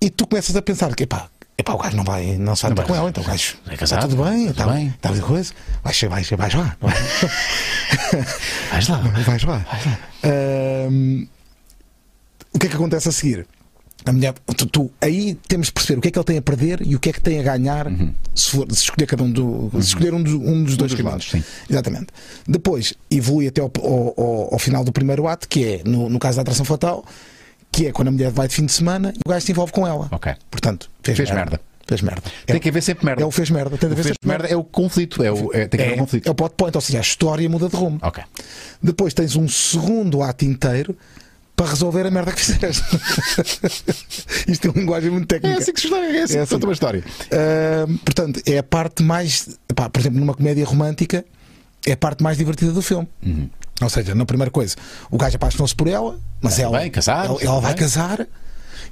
[SPEAKER 2] E tu começas a pensar que, pá, Epá, o gajo não vai, não sabe
[SPEAKER 1] Não
[SPEAKER 2] estar com
[SPEAKER 1] vai.
[SPEAKER 2] ela, então o gajo.
[SPEAKER 1] É casado,
[SPEAKER 2] Está tudo bem,
[SPEAKER 1] tudo
[SPEAKER 2] está
[SPEAKER 1] bem.
[SPEAKER 2] bem. Está de coisa. Vais, vais, vais lá. não é?
[SPEAKER 1] Vais lá.
[SPEAKER 2] Vais lá. Ahm, o que é que acontece a seguir? A mulher, tu, tu- aí temos de perceber o que é que ele tem a perder e o que é que tem a ganhar se, for- se escolher cada um do, se escolher um, do- um dos dois
[SPEAKER 1] Uhum. dos
[SPEAKER 2] caminhos.
[SPEAKER 1] lados,
[SPEAKER 2] Exatamente. Depois evolui até ao, ao- ao- ao final do primeiro ato, que é, no, no caso da atração fatal, que é quando a mulher vai de fim de semana e o gajo se envolve com ela.
[SPEAKER 1] Ok.
[SPEAKER 2] Portanto, fez,
[SPEAKER 1] Fez merda.
[SPEAKER 2] merda. Fez merda.
[SPEAKER 1] Tem
[SPEAKER 2] É-
[SPEAKER 1] que haver sempre merda.
[SPEAKER 2] é o fez merda. Tem de
[SPEAKER 1] O
[SPEAKER 2] haver
[SPEAKER 1] fez
[SPEAKER 2] sempre
[SPEAKER 1] merda é o conflito. É o, é- tem que haver um
[SPEAKER 2] É,
[SPEAKER 1] conflito.
[SPEAKER 2] é o plot point, ou seja, a história muda de rumo.
[SPEAKER 1] Ok.
[SPEAKER 2] Depois tens um segundo ato inteiro para resolver a merda que fizeste. Isto é uma linguagem muito
[SPEAKER 1] É
[SPEAKER 2] técnica.
[SPEAKER 1] assim que se está, é assim
[SPEAKER 2] É
[SPEAKER 1] que se
[SPEAKER 2] assim.
[SPEAKER 1] conta uma história.
[SPEAKER 2] Ahm, portanto, é a parte mais. pá, por exemplo, numa comédia romântica, é a parte mais divertida do filme.
[SPEAKER 1] Uhum.
[SPEAKER 2] Ou seja, na primeira coisa, o gajo apaixonou-se por ela, mas
[SPEAKER 1] Está
[SPEAKER 2] ela,
[SPEAKER 1] Tá bem, casaram,
[SPEAKER 2] ela,
[SPEAKER 1] está
[SPEAKER 2] ela vai
[SPEAKER 1] bem.
[SPEAKER 2] casar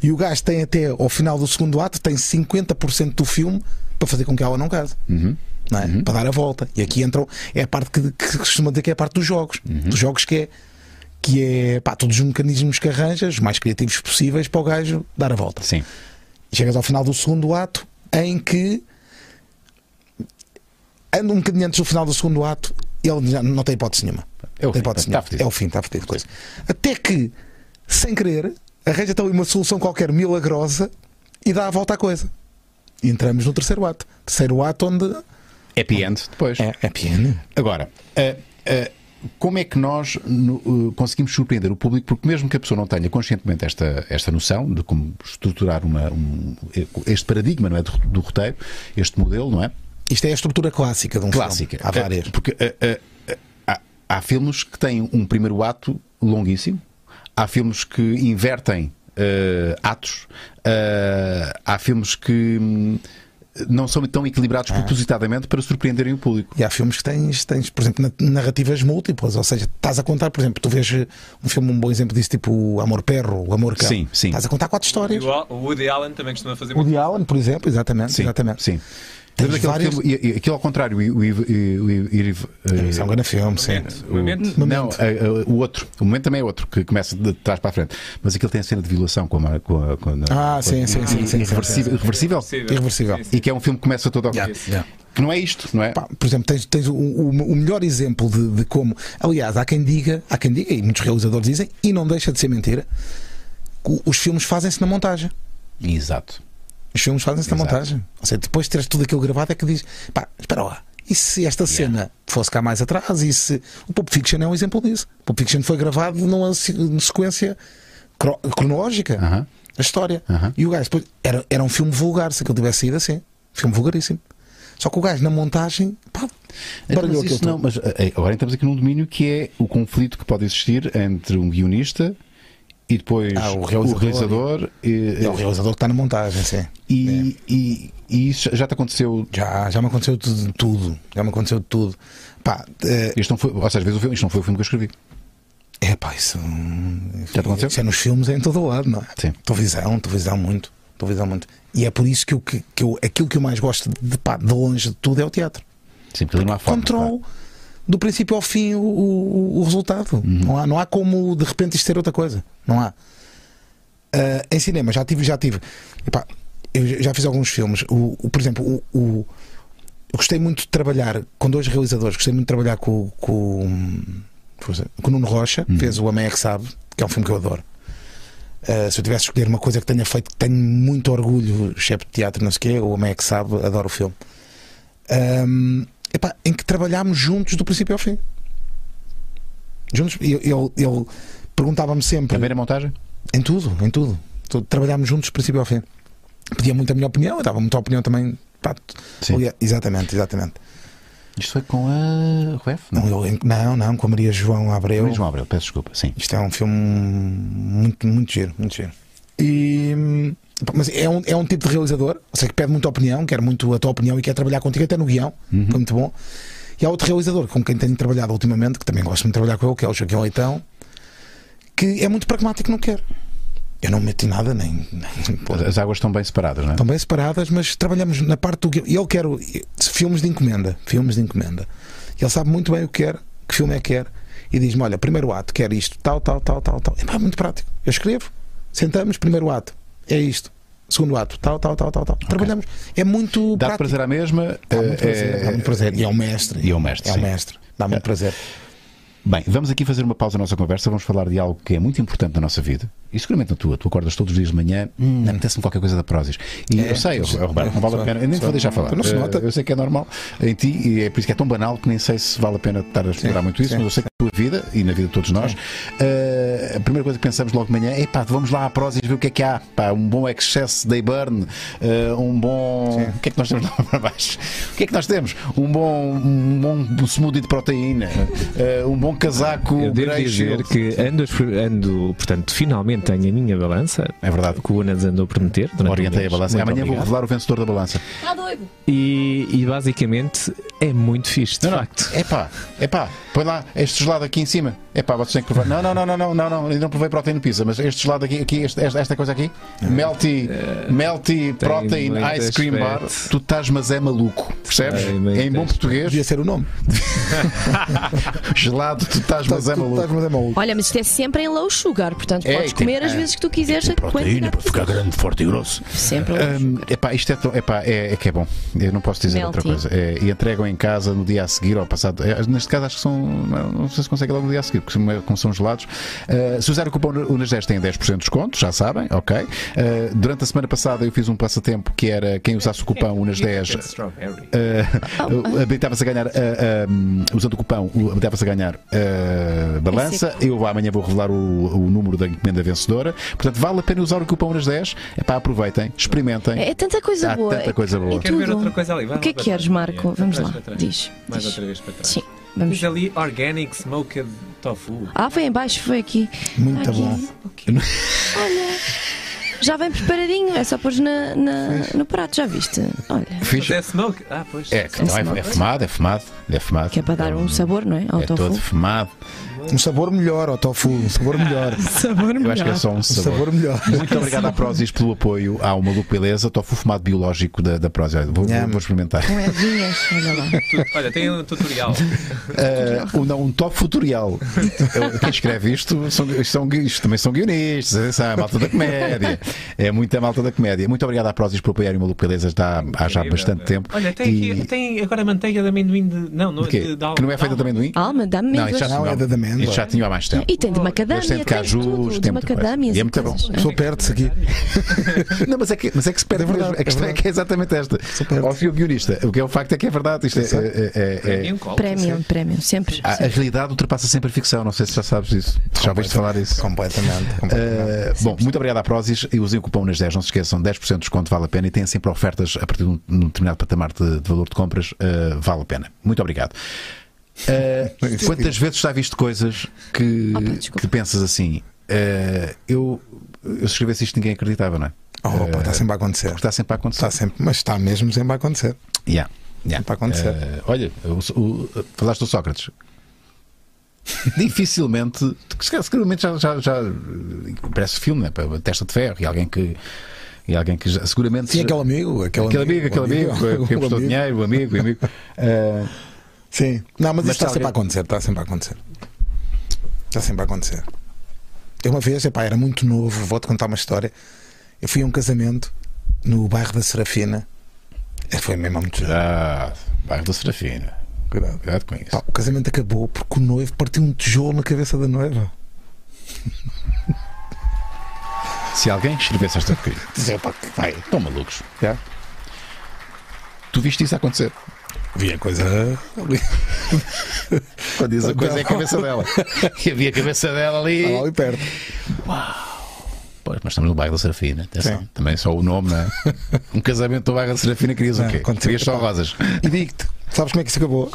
[SPEAKER 2] e o gajo tem até ao final do segundo ato tem 50% do filme para fazer com que ela não case.
[SPEAKER 1] Uhum.
[SPEAKER 2] Não é? Para dar a volta. E aqui entram. É a parte que, que se costuma dizer que é a parte dos jogos.
[SPEAKER 1] Uhum.
[SPEAKER 2] Dos jogos que é. Que é pá, todos os mecanismos que arranjas, os mais criativos possíveis, para o gajo dar a volta
[SPEAKER 1] Sim.
[SPEAKER 2] chegas ao final do segundo ato em que anda um bocadinho antes do final do segundo ato ele já não tem hipótese nenhuma.
[SPEAKER 1] É o
[SPEAKER 2] Tem
[SPEAKER 1] fim,
[SPEAKER 2] hipótese
[SPEAKER 1] tá
[SPEAKER 2] nenhuma.
[SPEAKER 1] fudido.
[SPEAKER 2] é o fim, está fedido. Coisa. Até que, sem querer, arranja também uma solução qualquer milagrosa e dá a volta à coisa. E entramos no terceiro ato. Terceiro ato onde.
[SPEAKER 1] Happy end depois.
[SPEAKER 2] É, é pequeno.
[SPEAKER 1] Agora, ah, ah, como é que nós no, ah, conseguimos surpreender o público? Porque mesmo que a pessoa não tenha conscientemente esta, esta noção de como estruturar uma, um- este paradigma não é, do, do roteiro, este modelo, não é?
[SPEAKER 2] Isto é a estrutura clássica de um
[SPEAKER 1] Clássica.
[SPEAKER 2] filme. Há várias.
[SPEAKER 1] Ah, Porque ah, ah, ah, há, há filmes que têm um primeiro ato longuíssimo, há filmes que invertem ah, atos, ah, há filmes que. hum, não são tão equilibrados
[SPEAKER 2] Ah.
[SPEAKER 1] propositadamente para surpreenderem o público.
[SPEAKER 2] E há filmes que tens, tens, por exemplo, na- narrativas múltiplas, ou seja, estás a contar, por exemplo, tu vês eh, um filme, um bom exemplo disso, tipo o Amor Perro, o Amor Cão.
[SPEAKER 1] Sim, sim.
[SPEAKER 2] Estás a contar quatro
[SPEAKER 4] E
[SPEAKER 2] histórias.
[SPEAKER 4] O Al- o Woody Allen também costuma fazer
[SPEAKER 2] O
[SPEAKER 4] muito.
[SPEAKER 2] de Allen, por exemplo, exatamente.
[SPEAKER 1] Sim,
[SPEAKER 2] exatamente.
[SPEAKER 1] sim.
[SPEAKER 2] Tens
[SPEAKER 1] Mas aquele
[SPEAKER 2] várias-
[SPEAKER 1] filme- e- e- aquilo ao contrário, o, o, o, o-
[SPEAKER 2] Isso é um grande filme, sim.
[SPEAKER 4] Momento, momento.
[SPEAKER 1] o- não, a- a- o outro, o momento também é outro, que começa de trás para a frente. Mas aquilo tem a cena de violação com a. Mar- Com a, com a-
[SPEAKER 2] Ah,
[SPEAKER 1] com a-
[SPEAKER 2] sim, sim, sim, sim, sim,
[SPEAKER 1] irreversível, irreversível,
[SPEAKER 4] Possível.
[SPEAKER 2] Irreversível.
[SPEAKER 4] Sim, sim.
[SPEAKER 1] E que é um filme que começa todo ao
[SPEAKER 2] Yeah, yeah.
[SPEAKER 1] Que não é isto, não é?
[SPEAKER 2] Pá, por exemplo, tens, tens o, o- o melhor exemplo de, de como. Aliás, há quem diga, há quem diga, e muitos realizadores dizem, e não deixa de ser mentira, que o- os filmes fazem-se na montagem.
[SPEAKER 1] Exato.
[SPEAKER 2] Os filmes fazem-se na
[SPEAKER 1] Exato.
[SPEAKER 2] montagem. Ou seja, depois de teres tudo aquilo gravado é que diz, pá, espera lá, e se esta cena fosse cá mais atrás? E se. O Pulp Fiction é um exemplo disso. O Pulp Fiction foi gravado numa se- numa sequência cro- cronológica,
[SPEAKER 1] Aham.
[SPEAKER 2] a história.
[SPEAKER 1] Aham.
[SPEAKER 2] E o gajo depois. Era, era um filme vulgar, se aquilo tivesse saído assim. Filme vulgaríssimo. Só que o gajo na montagem, pá,
[SPEAKER 1] Então,
[SPEAKER 2] baralhou
[SPEAKER 1] mas
[SPEAKER 2] aquilo
[SPEAKER 1] isso não,
[SPEAKER 2] tudo.
[SPEAKER 1] mas eh, eh, agora entramos aqui num domínio que é o conflito que pode existir entre um guionista e depois
[SPEAKER 2] Ah, o
[SPEAKER 1] o realizador.
[SPEAKER 2] realizador.
[SPEAKER 1] e, eh,
[SPEAKER 2] É o realizador que está na montagem, sim.
[SPEAKER 1] e, e- e isso já te aconteceu
[SPEAKER 2] Já, já me aconteceu tudo, tudo. Já me aconteceu tudo. Pá, eh,
[SPEAKER 1] Isto não foi, ou seja, às vezes o filme, isto não foi o filme que eu escrevi.
[SPEAKER 2] É pá, isso.
[SPEAKER 1] Já te aconteceu?
[SPEAKER 2] Isso é nos filmes, é em todo o lado, não é?
[SPEAKER 1] Sim.
[SPEAKER 2] Televisão, televisão muito. Televisão muito. E é por isso que, eu, que, que eu, aquilo que eu mais gosto de, pá, de longe de tudo é o teatro.
[SPEAKER 1] Sim, porque ali não há forma.
[SPEAKER 2] Controlo do princípio ao fim o, o- o resultado. Não, há, não há como de repente isto ser outra coisa. Não há. Ah, em cinema, já tive, já tive. Epá, eu já- já fiz alguns filmes. O, o- por exemplo, o, o- eu gostei muito de trabalhar com dois realizadores. Gostei muito de trabalhar com, com, força, com o Nuno Rocha, que fez O Amém é que Sabe, que é um filme que eu adoro. Ah, se eu tivesse de escolher uma coisa que tenha feito, que tenho muito orgulho, chefe de teatro, não sei o quê, O Homem é que Sabe, adoro o filme. Ahm, epá, em que trabalhámos juntos do princípio ao fim. Juntos, e ele, ele perguntava-me sempre
[SPEAKER 1] Primeira montagem?
[SPEAKER 2] em tudo, em tudo. Tu- Trabalhámos juntos do princípio ao fim. Pedia muito a minha opinião, eu dava muita opinião também. pá, tu-
[SPEAKER 1] Sim.
[SPEAKER 2] Aliás, exatamente, exatamente.
[SPEAKER 1] Isto foi com a Ruef?
[SPEAKER 2] Não, eu- não, não, com a Maria João Abreu.
[SPEAKER 1] Luís Uhum. João Abreu, peço desculpa, sim.
[SPEAKER 2] Isto é um filme muito, muito giro, muito giro. E, pá, mas é um, é um tipo de realizador, ou seja, que pede muita opinião, quer muito a tua opinião e quer trabalhar contigo até no guião, foi muito bom. E há outro realizador com quem tenho trabalhado ultimamente, que também gosto muito de trabalhar com ele, que é o Joaquim Leitão, que é muito pragmático, não quer. Eu não meti nada, nem. nem pô,
[SPEAKER 1] As águas estão bem separadas, não é?
[SPEAKER 2] estão bem separadas, mas trabalhamos na parte do guião. E ele quer o- filmes de encomenda. Filmes de encomenda. Ele sabe muito bem o que quer, que filme é que quer. E diz-me: Olha, primeiro ato, quer isto, tal, tal, tal, tal, tal. É pá, muito prático. Eu escrevo, sentamos, primeiro ato, é isto. segundo ato, tal, tal, tal, tal, tal. Trabalhamos. É muito.
[SPEAKER 1] Dá
[SPEAKER 2] prático.
[SPEAKER 1] prazer à mesma.
[SPEAKER 2] Dá
[SPEAKER 1] eh,
[SPEAKER 2] muito prazer,
[SPEAKER 1] eh,
[SPEAKER 2] dá muito prazer. E é um mestre.
[SPEAKER 1] E é um mestre,
[SPEAKER 2] É um
[SPEAKER 1] sim.
[SPEAKER 2] mestre. Dá muito prazer.
[SPEAKER 1] Bem, vamos aqui fazer uma pausa na nossa conversa. Vamos falar de algo que é muito importante na nossa vida. E seguramente na tua. Tu acordas todos os dias de manhã, hum, apetece-me qualquer coisa da Prozis. E
[SPEAKER 2] É,
[SPEAKER 1] eu sei, eu, eu, Roberto, não vale a pena. Eu nem te vou deixar falar.
[SPEAKER 2] então Não se
[SPEAKER 1] Eh,
[SPEAKER 2] nota.
[SPEAKER 1] Eu sei que é normal em ti e é por isso que é tão banal que nem sei se vale a pena estar a explorar muito isso,
[SPEAKER 2] sim,
[SPEAKER 1] mas eu sei que na tua vida e na vida de todos nós, eh, a primeira coisa que pensamos logo de manhã é pá, vamos lá à Prozis ver o que é que há. Pá, um bom excess day burn, eh, um bom. O que é que nós temos lá para baixo? O que é que nós temos? Um bom, um bom smoothie de proteína, eh, um bom casaco.
[SPEAKER 5] Eu devo
[SPEAKER 1] Grey
[SPEAKER 5] dizer
[SPEAKER 1] Shield.
[SPEAKER 5] que ando, a exper- ando, portanto, finalmente tenho a minha balança.
[SPEAKER 1] É verdade.
[SPEAKER 5] Que o Anas andou a prometer. durante o
[SPEAKER 1] Orientei a
[SPEAKER 5] mês.
[SPEAKER 1] balança.
[SPEAKER 5] Muito
[SPEAKER 1] Amanhã vou
[SPEAKER 5] obrigado.
[SPEAKER 1] revelar o vencedor da balança.
[SPEAKER 3] Está doido?
[SPEAKER 5] E, e basicamente é muito fixe, de
[SPEAKER 1] Não, não.
[SPEAKER 5] facto.
[SPEAKER 1] Epá, epá, põe lá este gelado aqui em cima. Epá, vocês têm que provar. Não, não, não, não, não, não, não. Ainda não provei proteína pizza, mas este gelado aqui, aqui este- esta, esta coisa aqui, melty, melty protein
[SPEAKER 5] Eh, muito
[SPEAKER 1] ice cream bar.
[SPEAKER 5] aspecto.
[SPEAKER 1] Tu estás, mas é maluco, percebes?
[SPEAKER 5] Tem muito
[SPEAKER 1] em bom
[SPEAKER 2] Devia
[SPEAKER 1] português,
[SPEAKER 2] ser o nome.
[SPEAKER 1] gelado, tu estás, mas é
[SPEAKER 2] Tu estás,
[SPEAKER 1] maluco.
[SPEAKER 2] mas é maluco.
[SPEAKER 3] Olha, mas isto é sempre em low sugar, portanto
[SPEAKER 1] É,
[SPEAKER 3] podes
[SPEAKER 1] e tem-
[SPEAKER 3] comer as
[SPEAKER 1] é.
[SPEAKER 3] vezes que tu quiseres. a quantidade que
[SPEAKER 1] grande, forte e grosso.
[SPEAKER 3] quiseres. Sempre.
[SPEAKER 1] Hum, epá, isto é, tão- epá, é, é que é bom. Eu não posso dizer
[SPEAKER 3] Melty.
[SPEAKER 1] outra coisa. É, e entregam em casa no dia a seguir ou passado. É, neste caso, acho que são. Não, não sei se consegue logo no dia a seguir, porque como é- como são gelados. Ah, se usar o cupom UNASDES, têm 10% de desconto, já sabem, ok. Ah, durante a semana passada, eu fiz um passatempo que era quem usasse o cupom UNASDES.
[SPEAKER 4] Strawberry.
[SPEAKER 1] Uh, habilitava-se a ganhar, ah, ah, hum, usando o cupão, o- habilitava-se a ganhar
[SPEAKER 3] É
[SPEAKER 1] ah, balança. Eu amanhã vou revelar o, o número da encomenda vencedora. Portanto, vale a pena usar o cupom nas 10. Epá, aproveitem, experimentem.
[SPEAKER 3] é, é tanta coisa
[SPEAKER 1] Há
[SPEAKER 3] boa.
[SPEAKER 1] tanta coisa boa.
[SPEAKER 3] É
[SPEAKER 1] Quero
[SPEAKER 4] Quero ver
[SPEAKER 3] tudo.
[SPEAKER 4] outra coisa ali. Vai
[SPEAKER 3] O que é que
[SPEAKER 4] lá para
[SPEAKER 3] queres,
[SPEAKER 4] trás.
[SPEAKER 3] Marco?
[SPEAKER 4] É,
[SPEAKER 3] Vamos
[SPEAKER 4] para
[SPEAKER 3] lá.
[SPEAKER 4] trás, para trás.
[SPEAKER 3] Diz.
[SPEAKER 4] Mais
[SPEAKER 3] diz.
[SPEAKER 4] outra vez para trás.
[SPEAKER 3] Sim, vamos.
[SPEAKER 4] Diz ali Organic Smoked Tofu.
[SPEAKER 3] Ah, foi em baixo, foi aqui.
[SPEAKER 1] Tá
[SPEAKER 2] Muito
[SPEAKER 3] Aqui.
[SPEAKER 2] bom.
[SPEAKER 3] Olha. Já vem preparadinho, é só pôr na, na- no prato, já viste? Olha.
[SPEAKER 4] Mas
[SPEAKER 1] Fixe.
[SPEAKER 4] é smoke? Ah, pois.
[SPEAKER 1] É, que não, é, é fumado, é fumado, é fumado.
[SPEAKER 3] Que é para dar um sabor, não é? Ao
[SPEAKER 1] É
[SPEAKER 3] tofu.
[SPEAKER 1] todo fumado.
[SPEAKER 2] Um sabor melhor ao tofu. Um sabor melhor.
[SPEAKER 3] Sabor
[SPEAKER 1] Eu acho que é
[SPEAKER 3] melhor.
[SPEAKER 1] só um
[SPEAKER 2] Um
[SPEAKER 1] sabor.
[SPEAKER 2] sabor melhor.
[SPEAKER 1] Muito obrigado à Prozis pelo apoio ao Maluco Beleza, tofu fumado biológico da, da Prozis. Olha, Vou, vou,
[SPEAKER 2] Nham.
[SPEAKER 1] vou experimentar.
[SPEAKER 3] Com ervinhas, olha lá.
[SPEAKER 4] Tu- Olha, tem um tutorial.
[SPEAKER 1] Ah, um, não, um top tutorial. Eu- Quem escreve isto são, são, isto também são guionistas, atenção, é a malta da comédia. É muita malta da comédia. Muito obrigado à Prozis por apoiarem o Maluco Beleza já, há já bastante tempo.
[SPEAKER 4] né? Olha, tem, aqui-
[SPEAKER 1] E-
[SPEAKER 4] tem agora manteiga de amendoim de. Não, não
[SPEAKER 1] de quê?
[SPEAKER 4] de, de algo-
[SPEAKER 1] que não é feita de amendoim?
[SPEAKER 3] Alma, dá-me
[SPEAKER 1] Não,
[SPEAKER 3] mesmo.
[SPEAKER 1] isto já,
[SPEAKER 2] Não, é da de amêndoa.
[SPEAKER 1] isto já tinha há mais tempo.
[SPEAKER 3] E tem de
[SPEAKER 1] Mas tem
[SPEAKER 3] macadâmia,
[SPEAKER 1] de
[SPEAKER 3] tem de
[SPEAKER 1] cajus,
[SPEAKER 3] tudo, de
[SPEAKER 1] tem muita coisa.
[SPEAKER 3] macadâmia.
[SPEAKER 1] E é muito bom.
[SPEAKER 2] Sou perto aqui.
[SPEAKER 1] Não, mas é que, mas é que se perde
[SPEAKER 2] É verdade,
[SPEAKER 1] mesmo. A questão
[SPEAKER 2] é
[SPEAKER 1] é, que é exatamente esta.
[SPEAKER 2] perde.
[SPEAKER 1] Óbvio o guionista. O que é o facto é que é verdade. Isto é, é- é- é-
[SPEAKER 4] Tem um copo.
[SPEAKER 3] Prémio, prémio, sempre.
[SPEAKER 1] A, a realidade ultrapassa sempre a ficção. Não sei se já sabes isso. Já ouviste falar isso?
[SPEAKER 2] Completamente. completamente.
[SPEAKER 1] Uh, bom, muito obrigado à Prozis e usem o cupom nas 10, não se esqueçam, 10% de desconto vale a pena e têm sempre ofertas a partir de um, de um determinado patamar de, de valor de compras, uh, vale a pena. Muito obrigado. Uh, quantas vezes já viste coisas que,
[SPEAKER 3] Ah, pá, desculpa.
[SPEAKER 1] que pensas assim? uh, eu, eu se escrevesse isto ninguém acreditava, não é?
[SPEAKER 2] Oh, pá, está sempre a acontecer.
[SPEAKER 1] Porque está sempre a acontecer.
[SPEAKER 2] Está sempre, mas está mesmo sempre a acontecer.
[SPEAKER 1] Yeah, yeah.
[SPEAKER 2] Está a acontecer.
[SPEAKER 1] Uh, olha, o- o- o- falaste do Sócrates. Dificilmente, se calhar- seguramente já, já, já parece filme, né? pá, Testa de ferro e alguém que. E alguém que já- seguramente.
[SPEAKER 2] Sim, aquele amigo, aquele,
[SPEAKER 1] Aquele amigo, aquele amigo, que
[SPEAKER 2] o
[SPEAKER 1] apostou
[SPEAKER 2] amigo.
[SPEAKER 1] dinheiro, o amigo, o amigo. Uh,
[SPEAKER 2] Sim. Não,
[SPEAKER 1] Mas
[SPEAKER 2] mas, tá isto
[SPEAKER 1] está
[SPEAKER 2] está sempre a
[SPEAKER 1] alguém-
[SPEAKER 2] acontecer, está sempre a acontecer. Está sempre a acontecer. Eu uma vez, epá, era muito novo, vou-te contar uma história. Eu fui a um casamento no bairro da Serafina. É, Foi mesmo há muito
[SPEAKER 1] cuidado, ah, bairro da Serafina.
[SPEAKER 2] Cuidado.
[SPEAKER 1] Cuidado com isso.
[SPEAKER 2] Pá, o casamento acabou porque o noivo partiu um tijolo na cabeça da noiva.
[SPEAKER 1] Se alguém escrevesse esta coisa,
[SPEAKER 2] Dizer, pá, que vai.
[SPEAKER 1] estão malucos.
[SPEAKER 2] Já.
[SPEAKER 1] Tu viste isso acontecer.
[SPEAKER 2] Vi a coisa.
[SPEAKER 1] Quando diz a coisa é a cabeça dela. E havia a cabeça dela ali.
[SPEAKER 2] Estava ali perto.
[SPEAKER 1] Pois, mas estamos no bairro da Serafina, atenção.
[SPEAKER 2] Sim.
[SPEAKER 1] Também só o nome, não é? Um casamento do bairro da Serafina querias o
[SPEAKER 2] Não,
[SPEAKER 1] quê?
[SPEAKER 2] Ah, aconteceu.
[SPEAKER 1] Querias só rosas.
[SPEAKER 2] E digo-te, sabes como é que isso acabou?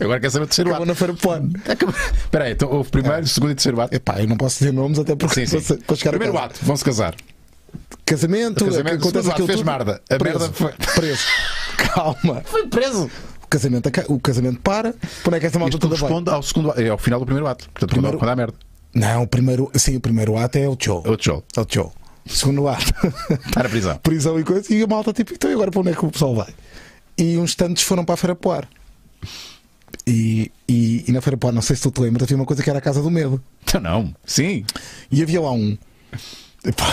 [SPEAKER 1] Agora quer saber do terceiro
[SPEAKER 2] Acabou
[SPEAKER 1] ato.
[SPEAKER 2] na Feira Plano.
[SPEAKER 1] Acabou. Espera aí, então houve primeiro, segundo e terceiro ato.
[SPEAKER 2] Epá, eu não posso dizer nomes até porque
[SPEAKER 1] Sim, sim.
[SPEAKER 2] vou- vou chegar a
[SPEAKER 1] Primeiro
[SPEAKER 2] casa.
[SPEAKER 1] ato, vão-se casar.
[SPEAKER 2] Casamento,
[SPEAKER 1] O casamento,
[SPEAKER 2] acontece
[SPEAKER 1] segundo ato,
[SPEAKER 2] aquilo
[SPEAKER 1] fez
[SPEAKER 2] tudo.
[SPEAKER 1] merda. A
[SPEAKER 2] preso,
[SPEAKER 1] merda foi-
[SPEAKER 2] preso. Calma.
[SPEAKER 1] Foi preso.
[SPEAKER 2] O casamento, aca- o casamento para. Por onde é que esta malta
[SPEAKER 1] Isto tudo
[SPEAKER 2] toda vai?
[SPEAKER 1] responde ao segundo ato. É ao final do primeiro ato. Portanto,
[SPEAKER 2] Primeiro-
[SPEAKER 1] quando, quando há merda.
[SPEAKER 2] Não, o primeiro, sim, o primeiro ato é o show.
[SPEAKER 1] É outro jogo.
[SPEAKER 2] É o show. Segundo ato,
[SPEAKER 1] Está na prisão.
[SPEAKER 2] prisão e coisa. E a malta tipo, então e agora para onde é que o pessoal vai? E uns tantos foram para a Feira Poar. E, e, e na Feira Poar, não sei se tu te lembras, havia uma Então coisa que era a Casa do Medo.
[SPEAKER 1] Então não. Sim.
[SPEAKER 2] E havia lá um. Epá,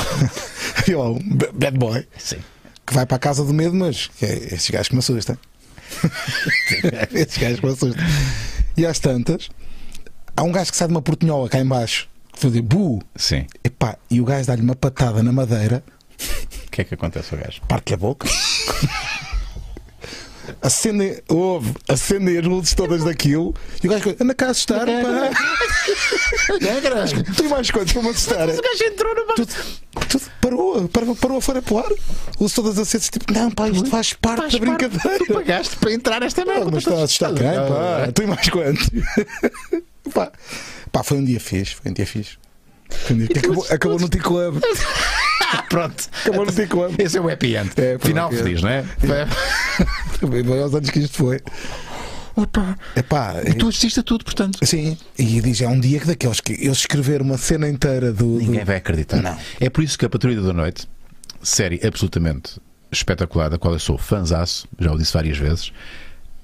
[SPEAKER 2] Eu, um b- bad boy,
[SPEAKER 1] Sim.
[SPEAKER 2] que vai para a casa do medo, mas que é estes gajos que me assustam. estes gajos que me assustam. E às tantas, há um gajo que sai de uma portinhola cá em baixo, que fazia bu,
[SPEAKER 1] Sim.
[SPEAKER 2] epá, e o gajo dá-lhe uma patada na madeira,
[SPEAKER 1] O que é que acontece ao gajo?
[SPEAKER 2] parte-lhe a boca. Acendem, ouve, acendem as luzes todas daquilo e o gajo coisa, anda cá a assustar, pá.
[SPEAKER 1] É, caralho.
[SPEAKER 2] Tu e mais quantos para me assustar?
[SPEAKER 1] O gajo entrou numa.
[SPEAKER 2] Tudo, tudo parou, parou, parou fora para o ar. Luzes todas acesas, tipo, não, pá, isto faz parte da brincadeira.
[SPEAKER 1] Tu pagaste para entrar é esta merda.
[SPEAKER 2] Mas está a assustar quem,
[SPEAKER 1] é.
[SPEAKER 2] pá? Tu e mais quantos? pá. Pá, foi um dia fixe, foi um dia fixe. Foi um dia- Acabou, acabou no T-Club.
[SPEAKER 1] Ah, pronto.
[SPEAKER 2] Acabou no T-Club.
[SPEAKER 1] Esse é o happy end.
[SPEAKER 2] É, pronto,
[SPEAKER 1] Final
[SPEAKER 2] é.
[SPEAKER 1] feliz, não é?
[SPEAKER 2] Bem, bem aos anos que isto foi. Epá, é-
[SPEAKER 1] Tu assististe a tudo, portanto.
[SPEAKER 2] Sim, e diz, é um dia que daqueles que eles escreveram uma cena inteira do. do-
[SPEAKER 1] Ninguém vai acreditar.
[SPEAKER 2] Não.
[SPEAKER 1] É por isso que a Patrulha da Noite, série absolutamente espetacular, da qual eu sou fãzaço, já o disse várias vezes.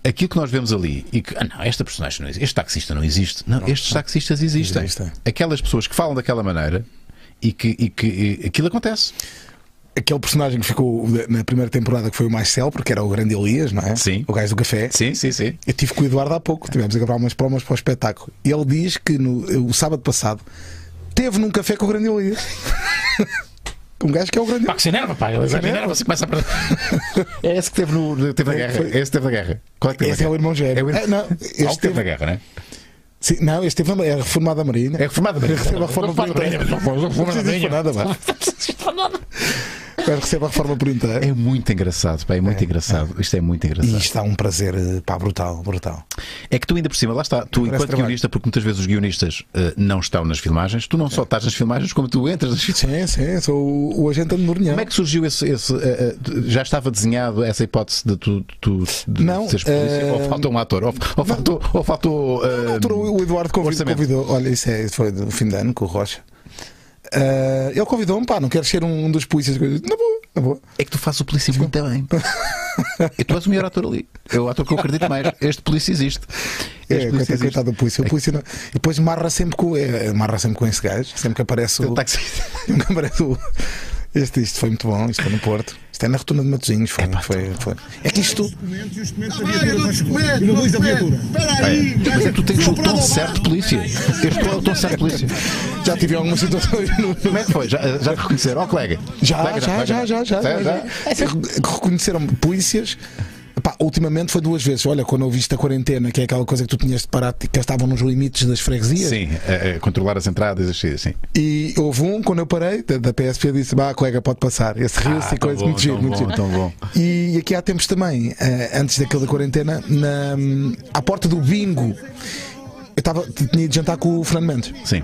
[SPEAKER 1] Aquilo que nós vemos ali e que, ah não, esta personagem não existe, este taxista não existe. Não, estes taxistas existem.
[SPEAKER 2] Existem.
[SPEAKER 1] Aquelas pessoas que falam daquela maneira e que, e que e aquilo acontece.
[SPEAKER 2] Aquele personagem que ficou da- na primeira temporada que foi o mais célebre, que era o grande Elias, não é?
[SPEAKER 1] Sim.
[SPEAKER 2] O gajo do café.
[SPEAKER 1] Sim, sim, sim.
[SPEAKER 2] Eu tive com o Eduardo há pouco, tivemos a gravar umas promos para o espetáculo. E ele diz que no, o sábado passado teve num café com o grande Elias. um gajo que é o grande
[SPEAKER 1] Pá, que se enerva, pá. Ele se enerva, se começa a perder. É esse que teve, no, teve na guerra.
[SPEAKER 2] Foi-
[SPEAKER 1] É esse que teve na guerra. Qual é que teve
[SPEAKER 2] Esse
[SPEAKER 1] na
[SPEAKER 2] é o
[SPEAKER 1] guerra?
[SPEAKER 2] irmão gêmeo.
[SPEAKER 1] É o irmão-
[SPEAKER 2] Ah, não,
[SPEAKER 1] Há um
[SPEAKER 2] este
[SPEAKER 1] que teve
[SPEAKER 2] teve,
[SPEAKER 1] na guerra, não é?
[SPEAKER 2] sim, não, este teve, na- é reformado da Marinha.
[SPEAKER 1] É reformado da Marinha.
[SPEAKER 2] Recebe a reforma por inteiro.
[SPEAKER 1] Não
[SPEAKER 2] Não precisa dizer nada, vá. O gajo recebe a reforma por inteiro.
[SPEAKER 1] É muito engraçado, pá, é muito engraçado. Isto é muito
[SPEAKER 2] E
[SPEAKER 1] engraçado.
[SPEAKER 2] isto dá um prazer eh, pá, brutal, brutal.
[SPEAKER 1] É que tu ainda por cima, lá está, tu enquanto
[SPEAKER 2] trabalho.
[SPEAKER 1] guionista, porque muitas vezes os guionistas eh, não estão nas filmagens, tu não
[SPEAKER 2] É.
[SPEAKER 1] só estás nas filmagens, como tu entras nas filmagens.
[SPEAKER 2] Sim, sim, sou o, o agente António Mourinho.
[SPEAKER 1] Como é que surgiu esse. esse, eh, eh, tu- já estava desenhado essa hipótese de tu, tu de
[SPEAKER 2] Não,
[SPEAKER 1] seres polícia?
[SPEAKER 2] eh,
[SPEAKER 1] Ou faltou um ator? Ou, ou faltou. Ou faltou eh,
[SPEAKER 2] Na altura, o o Eduardo convid-
[SPEAKER 1] orçamento.
[SPEAKER 2] convidou. Olha, isso é, isso foi no fim de ano com o Rocha. Ah, ele convidou-me, pá, não queres ser um, um dos polícias? Eu disse, Não vou, não vou.
[SPEAKER 1] É que tu fazes o polícia muito bem. e tu és o melhor ator ali. É o ator que eu acredito mais. Este polícia existe. Este
[SPEAKER 2] É,
[SPEAKER 1] polícia
[SPEAKER 2] coitado,
[SPEAKER 1] existe.
[SPEAKER 2] coitado do polícia. O polícia não- E depois marra sempre com, é, marra sempre com esse gajo, sempre que aparece o.
[SPEAKER 1] O taxista.
[SPEAKER 2] Nunca aparece o- Este, isto foi muito bom, isto foi no Porto. Isto é na rotunda de Matozinhos, foi, foi,
[SPEAKER 1] então.
[SPEAKER 2] foi. É que isto.
[SPEAKER 6] E no Luís da Viatura.
[SPEAKER 1] Mas é que tu tens o tom certo de polícia. Este é o tom certo de polícia.
[SPEAKER 2] Já tive algumas situações no,
[SPEAKER 1] Como é que foi? Já, já te reconheceram? Ó, colega.
[SPEAKER 2] Já,
[SPEAKER 1] Colega,
[SPEAKER 2] já,
[SPEAKER 1] colega.
[SPEAKER 2] já, já, já, já, já. Re- Reconheceram polícias. Pá, ultimamente foi duas vezes. Olha, quando eu vi esta quarentena, que é aquela coisa que tu tinhas de parar, que eles estavam nos limites das freguesias.
[SPEAKER 1] Sim, eh, eh, controlar as entradas, as saídas, sim.
[SPEAKER 2] E houve um, quando eu parei, da, da PSP, disse: Bah, colega, pode passar. Esse riu-se
[SPEAKER 1] Ah, tão
[SPEAKER 2] e coisa
[SPEAKER 1] bom,
[SPEAKER 2] muito giro,
[SPEAKER 1] tão
[SPEAKER 2] muito
[SPEAKER 1] bom,
[SPEAKER 2] giro.
[SPEAKER 1] tão bom.
[SPEAKER 2] E aqui há tempos também, eh, antes daquela da quarentena, na, hum, à porta do bingo, eu tava, tinha de jantar com o Fernando Mendes.
[SPEAKER 1] Sim.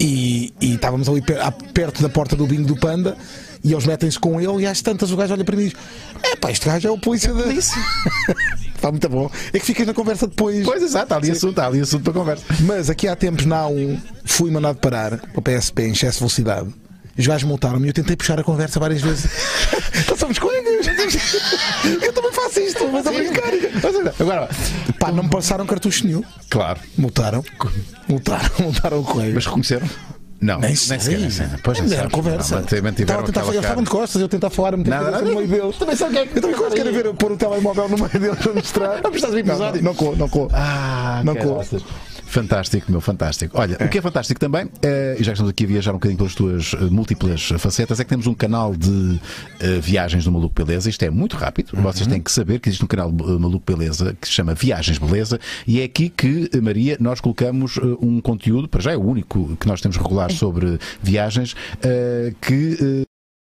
[SPEAKER 2] E, e estávamos ali per- a- perto da porta do bingo do Panda e eles metem-se com ele e às tantas o gajo olha para mim e diz é pá, este gajo é o polícia da... Está muito bom. É que ficas na conversa depois.
[SPEAKER 1] Pois exato, há ali assunto, há ali assunto para conversa.
[SPEAKER 2] Mas aqui há tempos na A1 fui mandado parar para o PSP em excesso de velocidade. E Os gajos multaram-me e eu tentei puxar a conversa várias vezes. Nós Então somos colegas. Eu também faço isto, mas a brincar.
[SPEAKER 1] Agora,
[SPEAKER 2] Pá, não me passaram cartucho nenhum.
[SPEAKER 1] claro,
[SPEAKER 2] Multaram. Multaram, multaram o colega.
[SPEAKER 1] mas reconheceram? Não,
[SPEAKER 2] Nem
[SPEAKER 1] sequer,
[SPEAKER 2] sei.
[SPEAKER 1] nem sequer. Pois
[SPEAKER 2] Não,
[SPEAKER 1] não,
[SPEAKER 2] era conversa.
[SPEAKER 1] Tiveram
[SPEAKER 2] Estava a tentar falar,
[SPEAKER 1] aquela
[SPEAKER 2] eles
[SPEAKER 1] cara.
[SPEAKER 2] estavam de costas, eu tentar falar, meter
[SPEAKER 1] Nada,
[SPEAKER 2] a cabeça
[SPEAKER 1] nada.
[SPEAKER 2] no meio deles. Também sabe o que é que eu também quase quero ver eu pôr o telemóvel no meio deles para mostrar. Não precisas vir não, não, não coa, não coa.
[SPEAKER 1] Ah,
[SPEAKER 2] Não
[SPEAKER 1] caraças. Fantástico, meu, fantástico. Olha, o que é fantástico também, eh, e já que estamos aqui a viajar um bocadinho pelas tuas eh, múltiplas eh, facetas, é que temos um canal de eh, viagens do Maluco Beleza. Isto é muito rápido. Vocês têm que saber que existe um canal eh, Maluco Beleza que se chama Viagens Beleza, e é aqui que, eh, Maria, nós colocamos eh, um conteúdo, para já é o único que nós temos regular sobre viagens, eh, que. eh,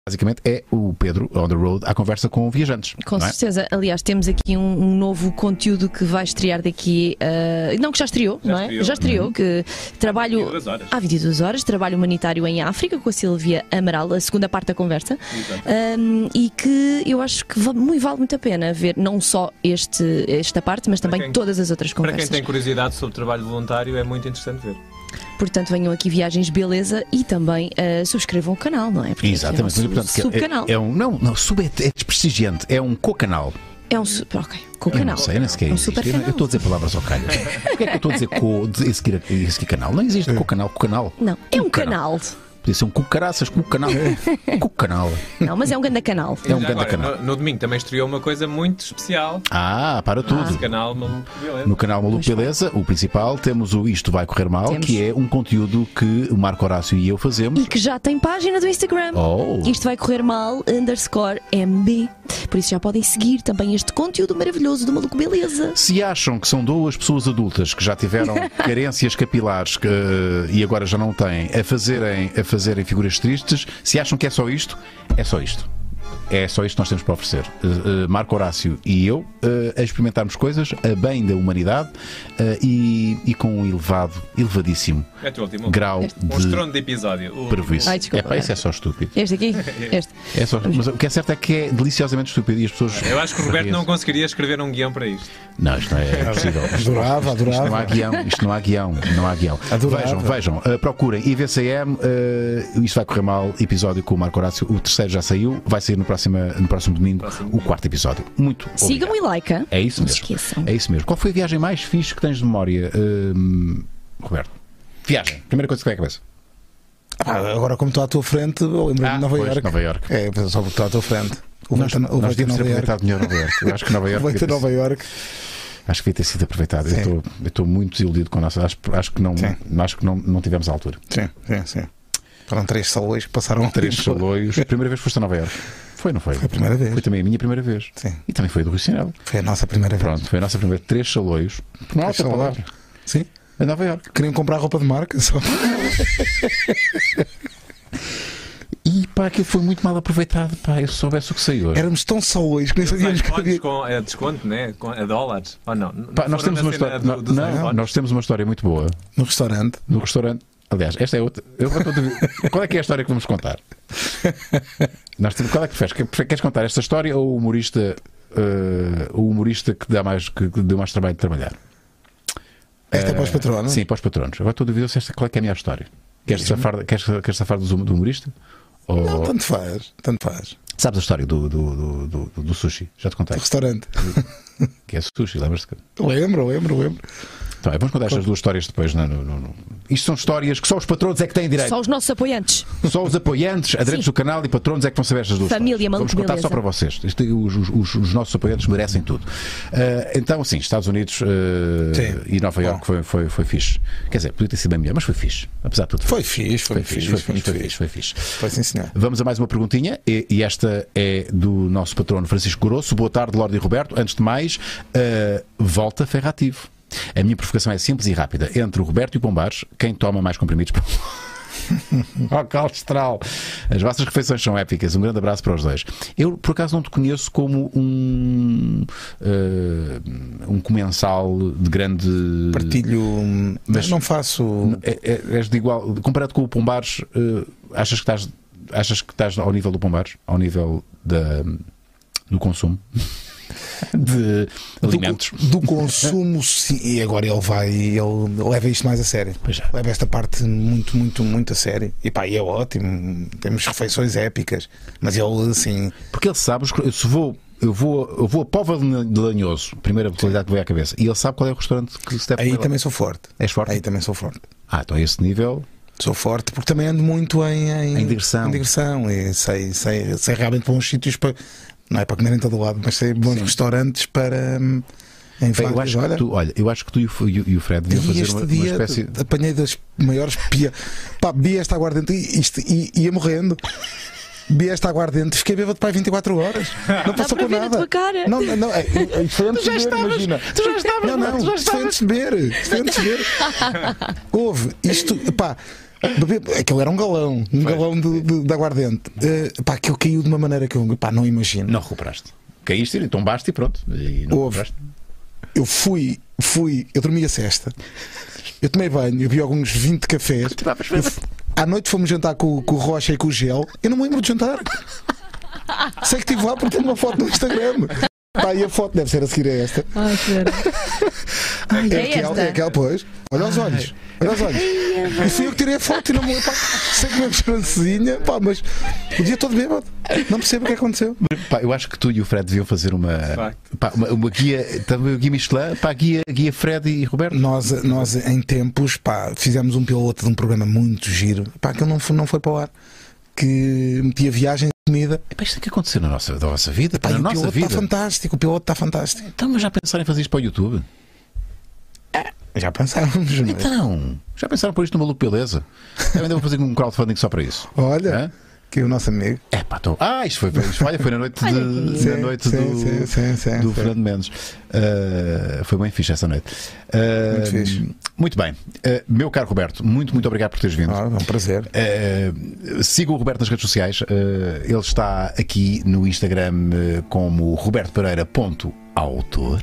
[SPEAKER 1] Basicamente é o Pedro on the road à conversa com viajantes.
[SPEAKER 3] Com
[SPEAKER 1] não é?
[SPEAKER 3] certeza. Aliás, temos aqui um, um novo conteúdo que vai estrear daqui. ah, não, que já estreou,
[SPEAKER 4] Já
[SPEAKER 3] não é?
[SPEAKER 4] estreou.
[SPEAKER 3] Já estreou.
[SPEAKER 1] Uhum.
[SPEAKER 3] Que trabalho.
[SPEAKER 4] 22 horas.
[SPEAKER 3] Há 22 horas. Trabalho humanitário em África com a Silvia Amaral, a segunda parte da conversa. Um, e que eu acho que va- muito- vale muito a pena ver não só este, esta parte, mas também
[SPEAKER 4] quem-
[SPEAKER 3] todas as outras
[SPEAKER 4] Para quem
[SPEAKER 3] conversas.
[SPEAKER 4] tem curiosidade sobre trabalho voluntário, é muito interessante ver.
[SPEAKER 3] Portanto, venham aqui viagens, beleza e também ah, subscrevam o canal, não é? Porque
[SPEAKER 1] Exatamente,
[SPEAKER 3] É um
[SPEAKER 1] mas, portanto, que é-
[SPEAKER 3] sub- subcanal.
[SPEAKER 1] É, é um, não, não, sub é, é desprestigiante, é um co-canal.
[SPEAKER 3] É um. su- Ok, com o
[SPEAKER 1] Eu
[SPEAKER 3] canal.
[SPEAKER 1] não sei, eu nem sequer
[SPEAKER 3] É um
[SPEAKER 1] existe. Eu, não-
[SPEAKER 3] supercanal.
[SPEAKER 1] eu estou a dizer palavras ao calho. Porquê é que eu estou a dizer co, de- esse, que- esse que canal? Não existe co-canal, co-canal.
[SPEAKER 3] Não, é um
[SPEAKER 1] canal.
[SPEAKER 3] canal.
[SPEAKER 1] Podia ser um cucaraças com o canal. Com o canal.
[SPEAKER 3] Não, mas é um grande canal.
[SPEAKER 1] É um
[SPEAKER 4] Já
[SPEAKER 1] grande
[SPEAKER 4] agora,
[SPEAKER 1] canal.
[SPEAKER 4] No, no domingo também estreou uma coisa muito especial.
[SPEAKER 1] Ah, para tudo.
[SPEAKER 4] Esse canal maluco, beleza.
[SPEAKER 1] No canal Maluco Beleza, o principal, temos o Isto Vai Correr Mal,
[SPEAKER 3] Temos.
[SPEAKER 1] que é um conteúdo que o Marco Horácio e eu fazemos.
[SPEAKER 3] E que já tem página do Instagram.
[SPEAKER 1] Oh.
[SPEAKER 3] Isto vai correr mal, underscore MB. Por isso já podem seguir também este conteúdo maravilhoso do Maluco Beleza.
[SPEAKER 1] Se acham que são duas pessoas adultas que já tiveram carências capilares que, eh, e agora já não têm, a fazerem, a fazerem figuras tristes, se acham que é só isto, é só isto. É só isto que nós temos para oferecer. Eh, eh, Marco Horácio e eu eh, a experimentarmos coisas a bem da humanidade eh, e, e com um elevado, elevadíssimo
[SPEAKER 4] É teu último.
[SPEAKER 1] grau
[SPEAKER 4] Um
[SPEAKER 1] de
[SPEAKER 4] estrondo de episódio. O-
[SPEAKER 1] prejuízo.
[SPEAKER 3] Ai, desculpa.
[SPEAKER 1] É pá, isso é só estúpido.
[SPEAKER 3] Este aqui? Este.
[SPEAKER 1] É só- mas o que é certo é que é deliciosamente estúpido e as pessoas.
[SPEAKER 4] Eu acho que o Roberto não
[SPEAKER 1] riem-se.
[SPEAKER 4] conseguiria escrever um guião para isto.
[SPEAKER 1] Não, isto não é possível.
[SPEAKER 2] Adorava,
[SPEAKER 1] Isto não há
[SPEAKER 2] adorava.
[SPEAKER 1] guião, isto não há guião, não há guião.
[SPEAKER 2] Adorava.
[SPEAKER 1] Vejam, vejam, eh, procurem IVCM, eh, isto vai correr mal, episódio com o Marco Horácio, o terceiro já saiu, vai sair no próximo, no próximo domingo o quarto episódio. Muito obrigado.
[SPEAKER 3] Sigam e like. hã?
[SPEAKER 1] É isso
[SPEAKER 3] Não
[SPEAKER 1] mesmo.
[SPEAKER 3] se esqueçam.
[SPEAKER 1] É isso mesmo. Qual foi a viagem mais fixe que tens de memória, hum, Roberto? Viagem, primeira coisa que vem à cabeça.
[SPEAKER 2] Ah, agora, como estou à tua frente, eu lembro-me
[SPEAKER 1] Ah,
[SPEAKER 2] de Nova
[SPEAKER 1] pois,
[SPEAKER 2] Iorque.
[SPEAKER 1] Nova Iorque.
[SPEAKER 2] É, só porque estou à tua frente. O
[SPEAKER 1] Nós,
[SPEAKER 2] Vento
[SPEAKER 1] nós
[SPEAKER 2] o Vento
[SPEAKER 1] temos
[SPEAKER 2] a
[SPEAKER 1] de
[SPEAKER 2] Nova
[SPEAKER 1] ter
[SPEAKER 2] Iorque.
[SPEAKER 1] aproveitado melhor Nova Iorque. Eu acho que Nova
[SPEAKER 2] O
[SPEAKER 1] Iorque.
[SPEAKER 2] Vento a
[SPEAKER 1] devia ter
[SPEAKER 2] Nova Iorque.
[SPEAKER 1] Acho que devia ter sido aproveitado. Eu
[SPEAKER 2] Sim.
[SPEAKER 1] estou- Eu estou muito desiludido com a nossa. Acho, acho que, não,
[SPEAKER 2] Sim.
[SPEAKER 1] acho que não, não tivemos a altura.
[SPEAKER 2] Sim, sim, sim. Foram três salões que passaram
[SPEAKER 1] Três saloios. Primeira vez que foste a Nova Iorque. Foi, não foi? Foi
[SPEAKER 2] a primeira vez.
[SPEAKER 1] Foi também a minha primeira vez.
[SPEAKER 2] Sim.
[SPEAKER 1] E também foi a do Rui Sinel.
[SPEAKER 2] Foi a nossa primeira vez.
[SPEAKER 1] Pronto, foi a nossa primeira. Três saloios. Não há outra
[SPEAKER 2] saloios.
[SPEAKER 1] palavra.
[SPEAKER 2] Sim.
[SPEAKER 1] A Nova Iorque.
[SPEAKER 2] Queriam comprar roupa de marca só.
[SPEAKER 1] E pá, aquilo foi muito mal aproveitado. Pá, eu soubesse o que saiu hoje.
[SPEAKER 2] Éramos tão salões que nem
[SPEAKER 4] Eles
[SPEAKER 2] sabíamos
[SPEAKER 4] mais
[SPEAKER 2] que
[SPEAKER 4] pontos
[SPEAKER 2] havia.
[SPEAKER 4] com a desconto, né? Com, a dólares. Ou não? Não
[SPEAKER 1] Pá, nós,
[SPEAKER 4] foram
[SPEAKER 1] temos uma
[SPEAKER 4] na cena
[SPEAKER 1] história,
[SPEAKER 4] do- dos
[SPEAKER 1] não,
[SPEAKER 4] iPhones?
[SPEAKER 1] nós temos uma história muito boa
[SPEAKER 2] No restaurante.
[SPEAKER 1] no restaurante. Aliás, esta é outra. eu vou contar- qual é que é a história que vamos contar? Nós temos, qual é que preferes? Que- Queres contar esta história ou o humorista, eh, o humorista que, dá mais, que que deu mais trabalho de trabalhar?
[SPEAKER 2] Esta é para os patronos.
[SPEAKER 1] Eh, Sim, para os patronos. Agora estou a duvidar se esta, qual é que é a melhor história. Queres safar, queres, queres safar do, do humorista? Ou...
[SPEAKER 2] Não, tanto faz. Tanto faz.
[SPEAKER 1] Sabes a história do, do, do, do- do sushi? Já te contei.
[SPEAKER 2] Do restaurante.
[SPEAKER 1] Que é sushi, lembras-te? que-
[SPEAKER 2] Lembro, lembro, lembro.
[SPEAKER 1] Então, é, vamos contar estas duas histórias depois. Não, é? não, não, não. Isto são histórias que só os patronos é que têm direito.
[SPEAKER 3] Só os nossos apoiantes.
[SPEAKER 1] Só os apoiantes, aderentes
[SPEAKER 3] Sim.
[SPEAKER 1] do canal e patronos é que vão saber estas duas
[SPEAKER 3] Família,
[SPEAKER 1] histórias. Vamos
[SPEAKER 3] maluco,
[SPEAKER 1] contar
[SPEAKER 3] beleza.
[SPEAKER 1] só para vocês. Isto- os, os- os- os nossos apoiantes merecem tudo. Ah, então, sim, Estados Unidos ah,
[SPEAKER 2] Sim.
[SPEAKER 1] e Nova Iorque
[SPEAKER 2] Bom.
[SPEAKER 1] foi, foi, foi fixe. Quer dizer, podia ter sido bem melhor, mas foi fixe. Apesar de tudo.
[SPEAKER 2] Foi fixe,
[SPEAKER 1] Foi
[SPEAKER 2] foi, fixe,
[SPEAKER 1] fixe, foi fixe, foi fixe. Hum. Foi fixe.
[SPEAKER 2] Foi sim, senhor.
[SPEAKER 1] Vamos a mais uma perguntinha, e, e esta é do nosso patrono Francisco Grosso. Boa tarde, Lorde e Roberto. Antes de mais, eh, volta ferrativo. A minha provocação é simples e rápida. Entre o Roberto e o Pombares, quem toma mais comprimidos? Ó, calestral! As vossas refeições são épicas. Um grande abraço para os dois. Eu, por acaso, não te conheço como um, eh, um comensal de grande.
[SPEAKER 2] Partilho. hum,
[SPEAKER 1] Mas-
[SPEAKER 2] não faço.
[SPEAKER 1] É- é- és de igual. Comparado com o Pombares, eh, achas, que estás, achas que estás ao nível do Pombares? Ao nível da, do consumo de alimentos?
[SPEAKER 2] Do, do consumo, sim. E agora ele vai, ele leva isto mais a sério.
[SPEAKER 1] Pois é. já.
[SPEAKER 2] Leva esta parte muito, muito, muito a sério. E pá, e é ótimo. Temos refeições épicas. Mas ele, assim,
[SPEAKER 1] Porque ele sabe, os- eu se vou. Eu vou, eu vou a Póvoa de Lanhoso, primeira localidade que veio à cabeça, e ele sabe qual é o restaurante que se deve
[SPEAKER 2] aí
[SPEAKER 1] comer lá.
[SPEAKER 2] também sou forte.
[SPEAKER 1] És forte?
[SPEAKER 2] Aí também sou forte.
[SPEAKER 1] Ah, então a esse nível.
[SPEAKER 2] Sou forte porque também ando muito em,
[SPEAKER 1] Em digressão.
[SPEAKER 2] em digressão. E sei, sei, sei realmente bons sítios para. Não é para comer em todo lado, mas sei bons restaurantes para. hum, Em
[SPEAKER 1] Bem, eu
[SPEAKER 2] vários-
[SPEAKER 1] acho que
[SPEAKER 2] olha,
[SPEAKER 1] tu, olha, eu acho que tu e o, F- e o- e o Fred deviam
[SPEAKER 2] E
[SPEAKER 1] fazer
[SPEAKER 2] este
[SPEAKER 1] uma, uma
[SPEAKER 2] dia eh,
[SPEAKER 1] espécie.
[SPEAKER 2] apanhei das maiores pia. Pá, bebi esta aguardente e isto, e, ia morrendo. Bebi esta aguardente, fiquei bêbado para aí 24 horas. Não passou
[SPEAKER 3] para
[SPEAKER 2] por
[SPEAKER 3] ver a
[SPEAKER 2] nada.
[SPEAKER 3] tua cara.
[SPEAKER 2] Não, não, não, é, é, isto foi antes de beber, imagina. Tu já estavas, não, não, isto foi antes de beber. Isto foi antes de beber. Houve, isto, pá. Bebe, aquilo era um galão, um galão de, de, de aguardente. Eh, pá, aquilo caiu de uma maneira que eu pá, não imagino.
[SPEAKER 1] Não recuperaste. Caíste, e tombaste e pronto. E não
[SPEAKER 2] Houve.
[SPEAKER 1] recuperaste.
[SPEAKER 2] Eu fui, fui, eu dormi a cesta. Eu tomei banho, eu vi alguns 20 cafés. Eu f- à noite fomos jantar com, com o Rocha e com o Gel. Eu não me lembro de jantar. Sei que estive lá porque tenho uma foto no Instagram. Pá, e a foto deve ser a seguir a esta.
[SPEAKER 3] Ai, espera. Ai, é
[SPEAKER 2] aquela,
[SPEAKER 3] esta.
[SPEAKER 2] é aquela, pois. Olha os olhos. Era os olhos. E fui eu que tirei a foto e não morri. pá. Sei que mesmo francesinha, pá, mas o dia todo bêbado. Não percebo o que aconteceu.
[SPEAKER 1] Pá, eu acho que tu e o Fred deviam fazer uma,
[SPEAKER 4] facto.
[SPEAKER 1] pá, uma, uma guia, também o guia Michelin, pá, guia, guia Fred e Roberto.
[SPEAKER 2] Nós, nós em tempos, pá, fizemos um piloto de um programa muito giro, pá, que não foi, não foi para o ar, que metia viagem e comida.
[SPEAKER 1] Epá, isto é que aconteceu na nossa, na nossa vida, pá,
[SPEAKER 2] Pá, e
[SPEAKER 1] na
[SPEAKER 2] o
[SPEAKER 1] nossa
[SPEAKER 2] piloto
[SPEAKER 1] vida.
[SPEAKER 2] está fantástico, o piloto está fantástico.
[SPEAKER 1] Estamos já a pensar em fazer isto para o YouTube?
[SPEAKER 2] Já pensávamos, não é?
[SPEAKER 1] Então, já pensaram por isto no Maluco Beleza? Eu ainda vou fazer um crowdfunding só para isso.
[SPEAKER 2] Olha, que é o nosso amigo.
[SPEAKER 1] É pá, tô... Ah, isto foi, isto, olha, foi na noite, de,
[SPEAKER 2] Sim,
[SPEAKER 1] na noite
[SPEAKER 2] sim,
[SPEAKER 1] do,
[SPEAKER 2] sim, sim, sim,
[SPEAKER 1] do
[SPEAKER 2] sim.
[SPEAKER 1] Fernando Mendes. Ah, foi bem fixe essa noite. Ah,
[SPEAKER 2] Muito fixe.
[SPEAKER 1] Muito bem. Ah, meu caro Roberto, muito, muito obrigado por teres vindo.
[SPEAKER 2] Ah, é um prazer.
[SPEAKER 1] Uh, siga o Roberto nas redes sociais. Uh, ele está aqui no Instagram uh, como robertopereira.autor.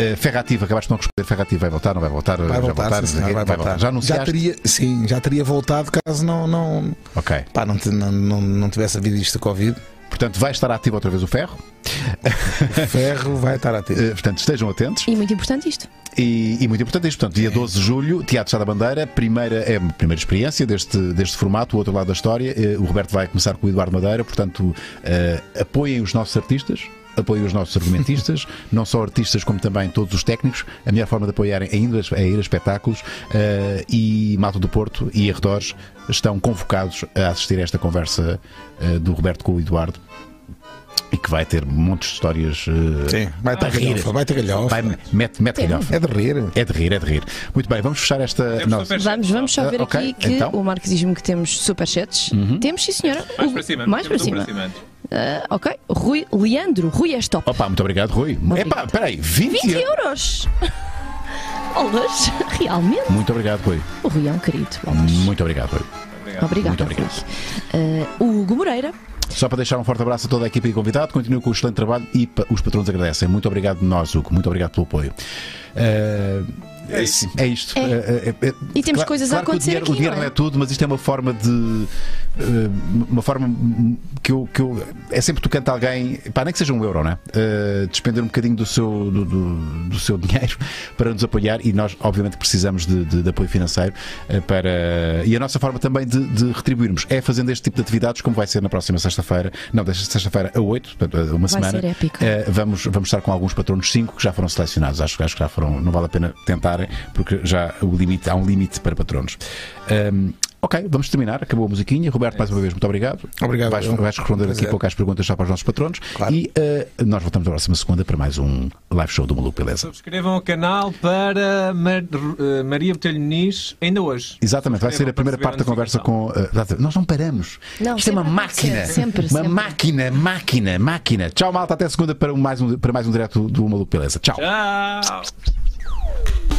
[SPEAKER 1] Uh, Ferrativa, acabaste de não responder. Ferrativa vai voltar, não vai voltar?
[SPEAKER 2] Vai
[SPEAKER 1] já
[SPEAKER 2] voltar, sim, senhor, vai voltar.
[SPEAKER 1] Já anunciaste?
[SPEAKER 2] já teria, sim, já teria voltado caso não, não,
[SPEAKER 1] Ok.
[SPEAKER 2] pá, não, te- não, não, não tivesse havido isto da Covid.
[SPEAKER 1] Portanto, vai estar ativo outra vez o ferro.
[SPEAKER 2] O ferro vai estar ativo.
[SPEAKER 1] Uh, portanto, estejam atentos.
[SPEAKER 3] E muito importante isto.
[SPEAKER 1] E, e muito importante isto, portanto,
[SPEAKER 2] É.
[SPEAKER 1] dia 12 de julho, Teatro Chá da Bandeira, primeira, é a primeira experiência deste, deste formato, o outro lado da história. Eh, O Roberto vai começar com o Eduardo Madeira, portanto, eh, apoiem os nossos artistas. Apoiem os nossos argumentistas, não só artistas como também todos os técnicos. A melhor forma de apoiarem ainda é ir a espetáculos eh, e Mato do Porto e arredores estão convocados a assistir a esta conversa eh, do Roberto com o Eduardo e que vai ter montes de histórias. eh,
[SPEAKER 2] Sim, vai estar
[SPEAKER 1] a rir.
[SPEAKER 2] galhofa, vai estar galhofa.
[SPEAKER 1] vai, mete, mete galhofa.
[SPEAKER 2] É de rir.
[SPEAKER 1] É de rir, é de rir. Muito bem, vamos fechar esta.
[SPEAKER 4] Temos
[SPEAKER 1] Nossa.
[SPEAKER 4] superchats.
[SPEAKER 3] Vamos, vamos só
[SPEAKER 1] Ah,
[SPEAKER 3] ver
[SPEAKER 1] ok,
[SPEAKER 3] aqui que
[SPEAKER 1] então. Uhum.
[SPEAKER 3] o Marcos diz-me que temos superchats. Temos, sim, senhora.
[SPEAKER 4] Mais
[SPEAKER 3] O-
[SPEAKER 4] para cima.
[SPEAKER 3] uh, Mais para
[SPEAKER 4] temos um
[SPEAKER 3] cima. Ah, ok. Rui, Leandro, Rui és top.
[SPEAKER 1] Opa, muito obrigado, um? Rui. Epá, peraí, 20,
[SPEAKER 3] 20
[SPEAKER 1] euros.
[SPEAKER 3] euros. Olas, realmente.
[SPEAKER 1] Muito obrigado, Rui.
[SPEAKER 3] O Rui é um querido. Olas.
[SPEAKER 1] Muito obrigado, Rui.
[SPEAKER 3] Obrigada.
[SPEAKER 1] muito obrigado.
[SPEAKER 3] Rui. Ah, o Hugo Moreira.
[SPEAKER 1] Só para deixar um forte abraço a toda a equipa e convidado, continuo com o excelente trabalho e pa- os patrões agradecem. Muito obrigado de nós, Hugo. Muito obrigado pelo apoio. Eh, é isto. É isto.
[SPEAKER 3] É.
[SPEAKER 1] Eh, eh, eh,
[SPEAKER 3] E temos
[SPEAKER 1] claro-
[SPEAKER 3] coisas a
[SPEAKER 1] claro que
[SPEAKER 3] acontecer
[SPEAKER 1] o dinheiro,
[SPEAKER 3] aqui,
[SPEAKER 1] O dinheiro
[SPEAKER 3] não
[SPEAKER 1] não
[SPEAKER 3] é?
[SPEAKER 1] é tudo, mas isto é uma forma de. eh, Uma forma que eu, que eu. É sempre tocante a alguém, pá, nem que seja um euro, não é? Eh, despender um bocadinho do seu, do, do- do seu dinheiro para nos apoiar e nós, obviamente, precisamos de, de- de apoio financeiro eh, para. E a nossa forma também de, de retribuirmos é fazendo este tipo de atividades, como vai ser na próxima sexta-feira, não, desta sexta-feira a 8, portanto, uma
[SPEAKER 3] Vai
[SPEAKER 1] semana.
[SPEAKER 3] ser épico.
[SPEAKER 1] Eh, vamos, vamos estar com alguns patronos 5 que já foram selecionados. Acho, que- acho que já foram. Não vale a pena tentarem, porque já o limite, há um limite para patronos. Ahm, ok, vamos terminar. Acabou a musiquinha. Roberto, mais uma vez, muito obrigado.
[SPEAKER 2] Obrigado,
[SPEAKER 1] Vais,
[SPEAKER 2] eu.
[SPEAKER 1] vais responder aqui
[SPEAKER 2] Prazer.
[SPEAKER 1] poucas perguntas já para os nossos patronos.
[SPEAKER 2] Claro.
[SPEAKER 1] E eh, nós voltamos na próxima segunda para mais um live show do Maluco, beleza?
[SPEAKER 4] Subscrevam o um canal para Mar- eh, Maria Botelho Nis ainda hoje.
[SPEAKER 1] Exatamente, vai ser a
[SPEAKER 4] Subscrevam para
[SPEAKER 1] primeira parte da conversa
[SPEAKER 4] receber a
[SPEAKER 1] com. eh, exato. nós não paramos.
[SPEAKER 3] Não,
[SPEAKER 1] Isto é uma
[SPEAKER 3] sempre acontece.
[SPEAKER 1] máquina.
[SPEAKER 3] Sempre,
[SPEAKER 1] uma
[SPEAKER 3] sempre.
[SPEAKER 1] máquina, máquina, máquina. Tchau, malta. Até segunda para mais um, para mais um direto do Maluco, beleza? Tchau.
[SPEAKER 4] notificação. Tchau!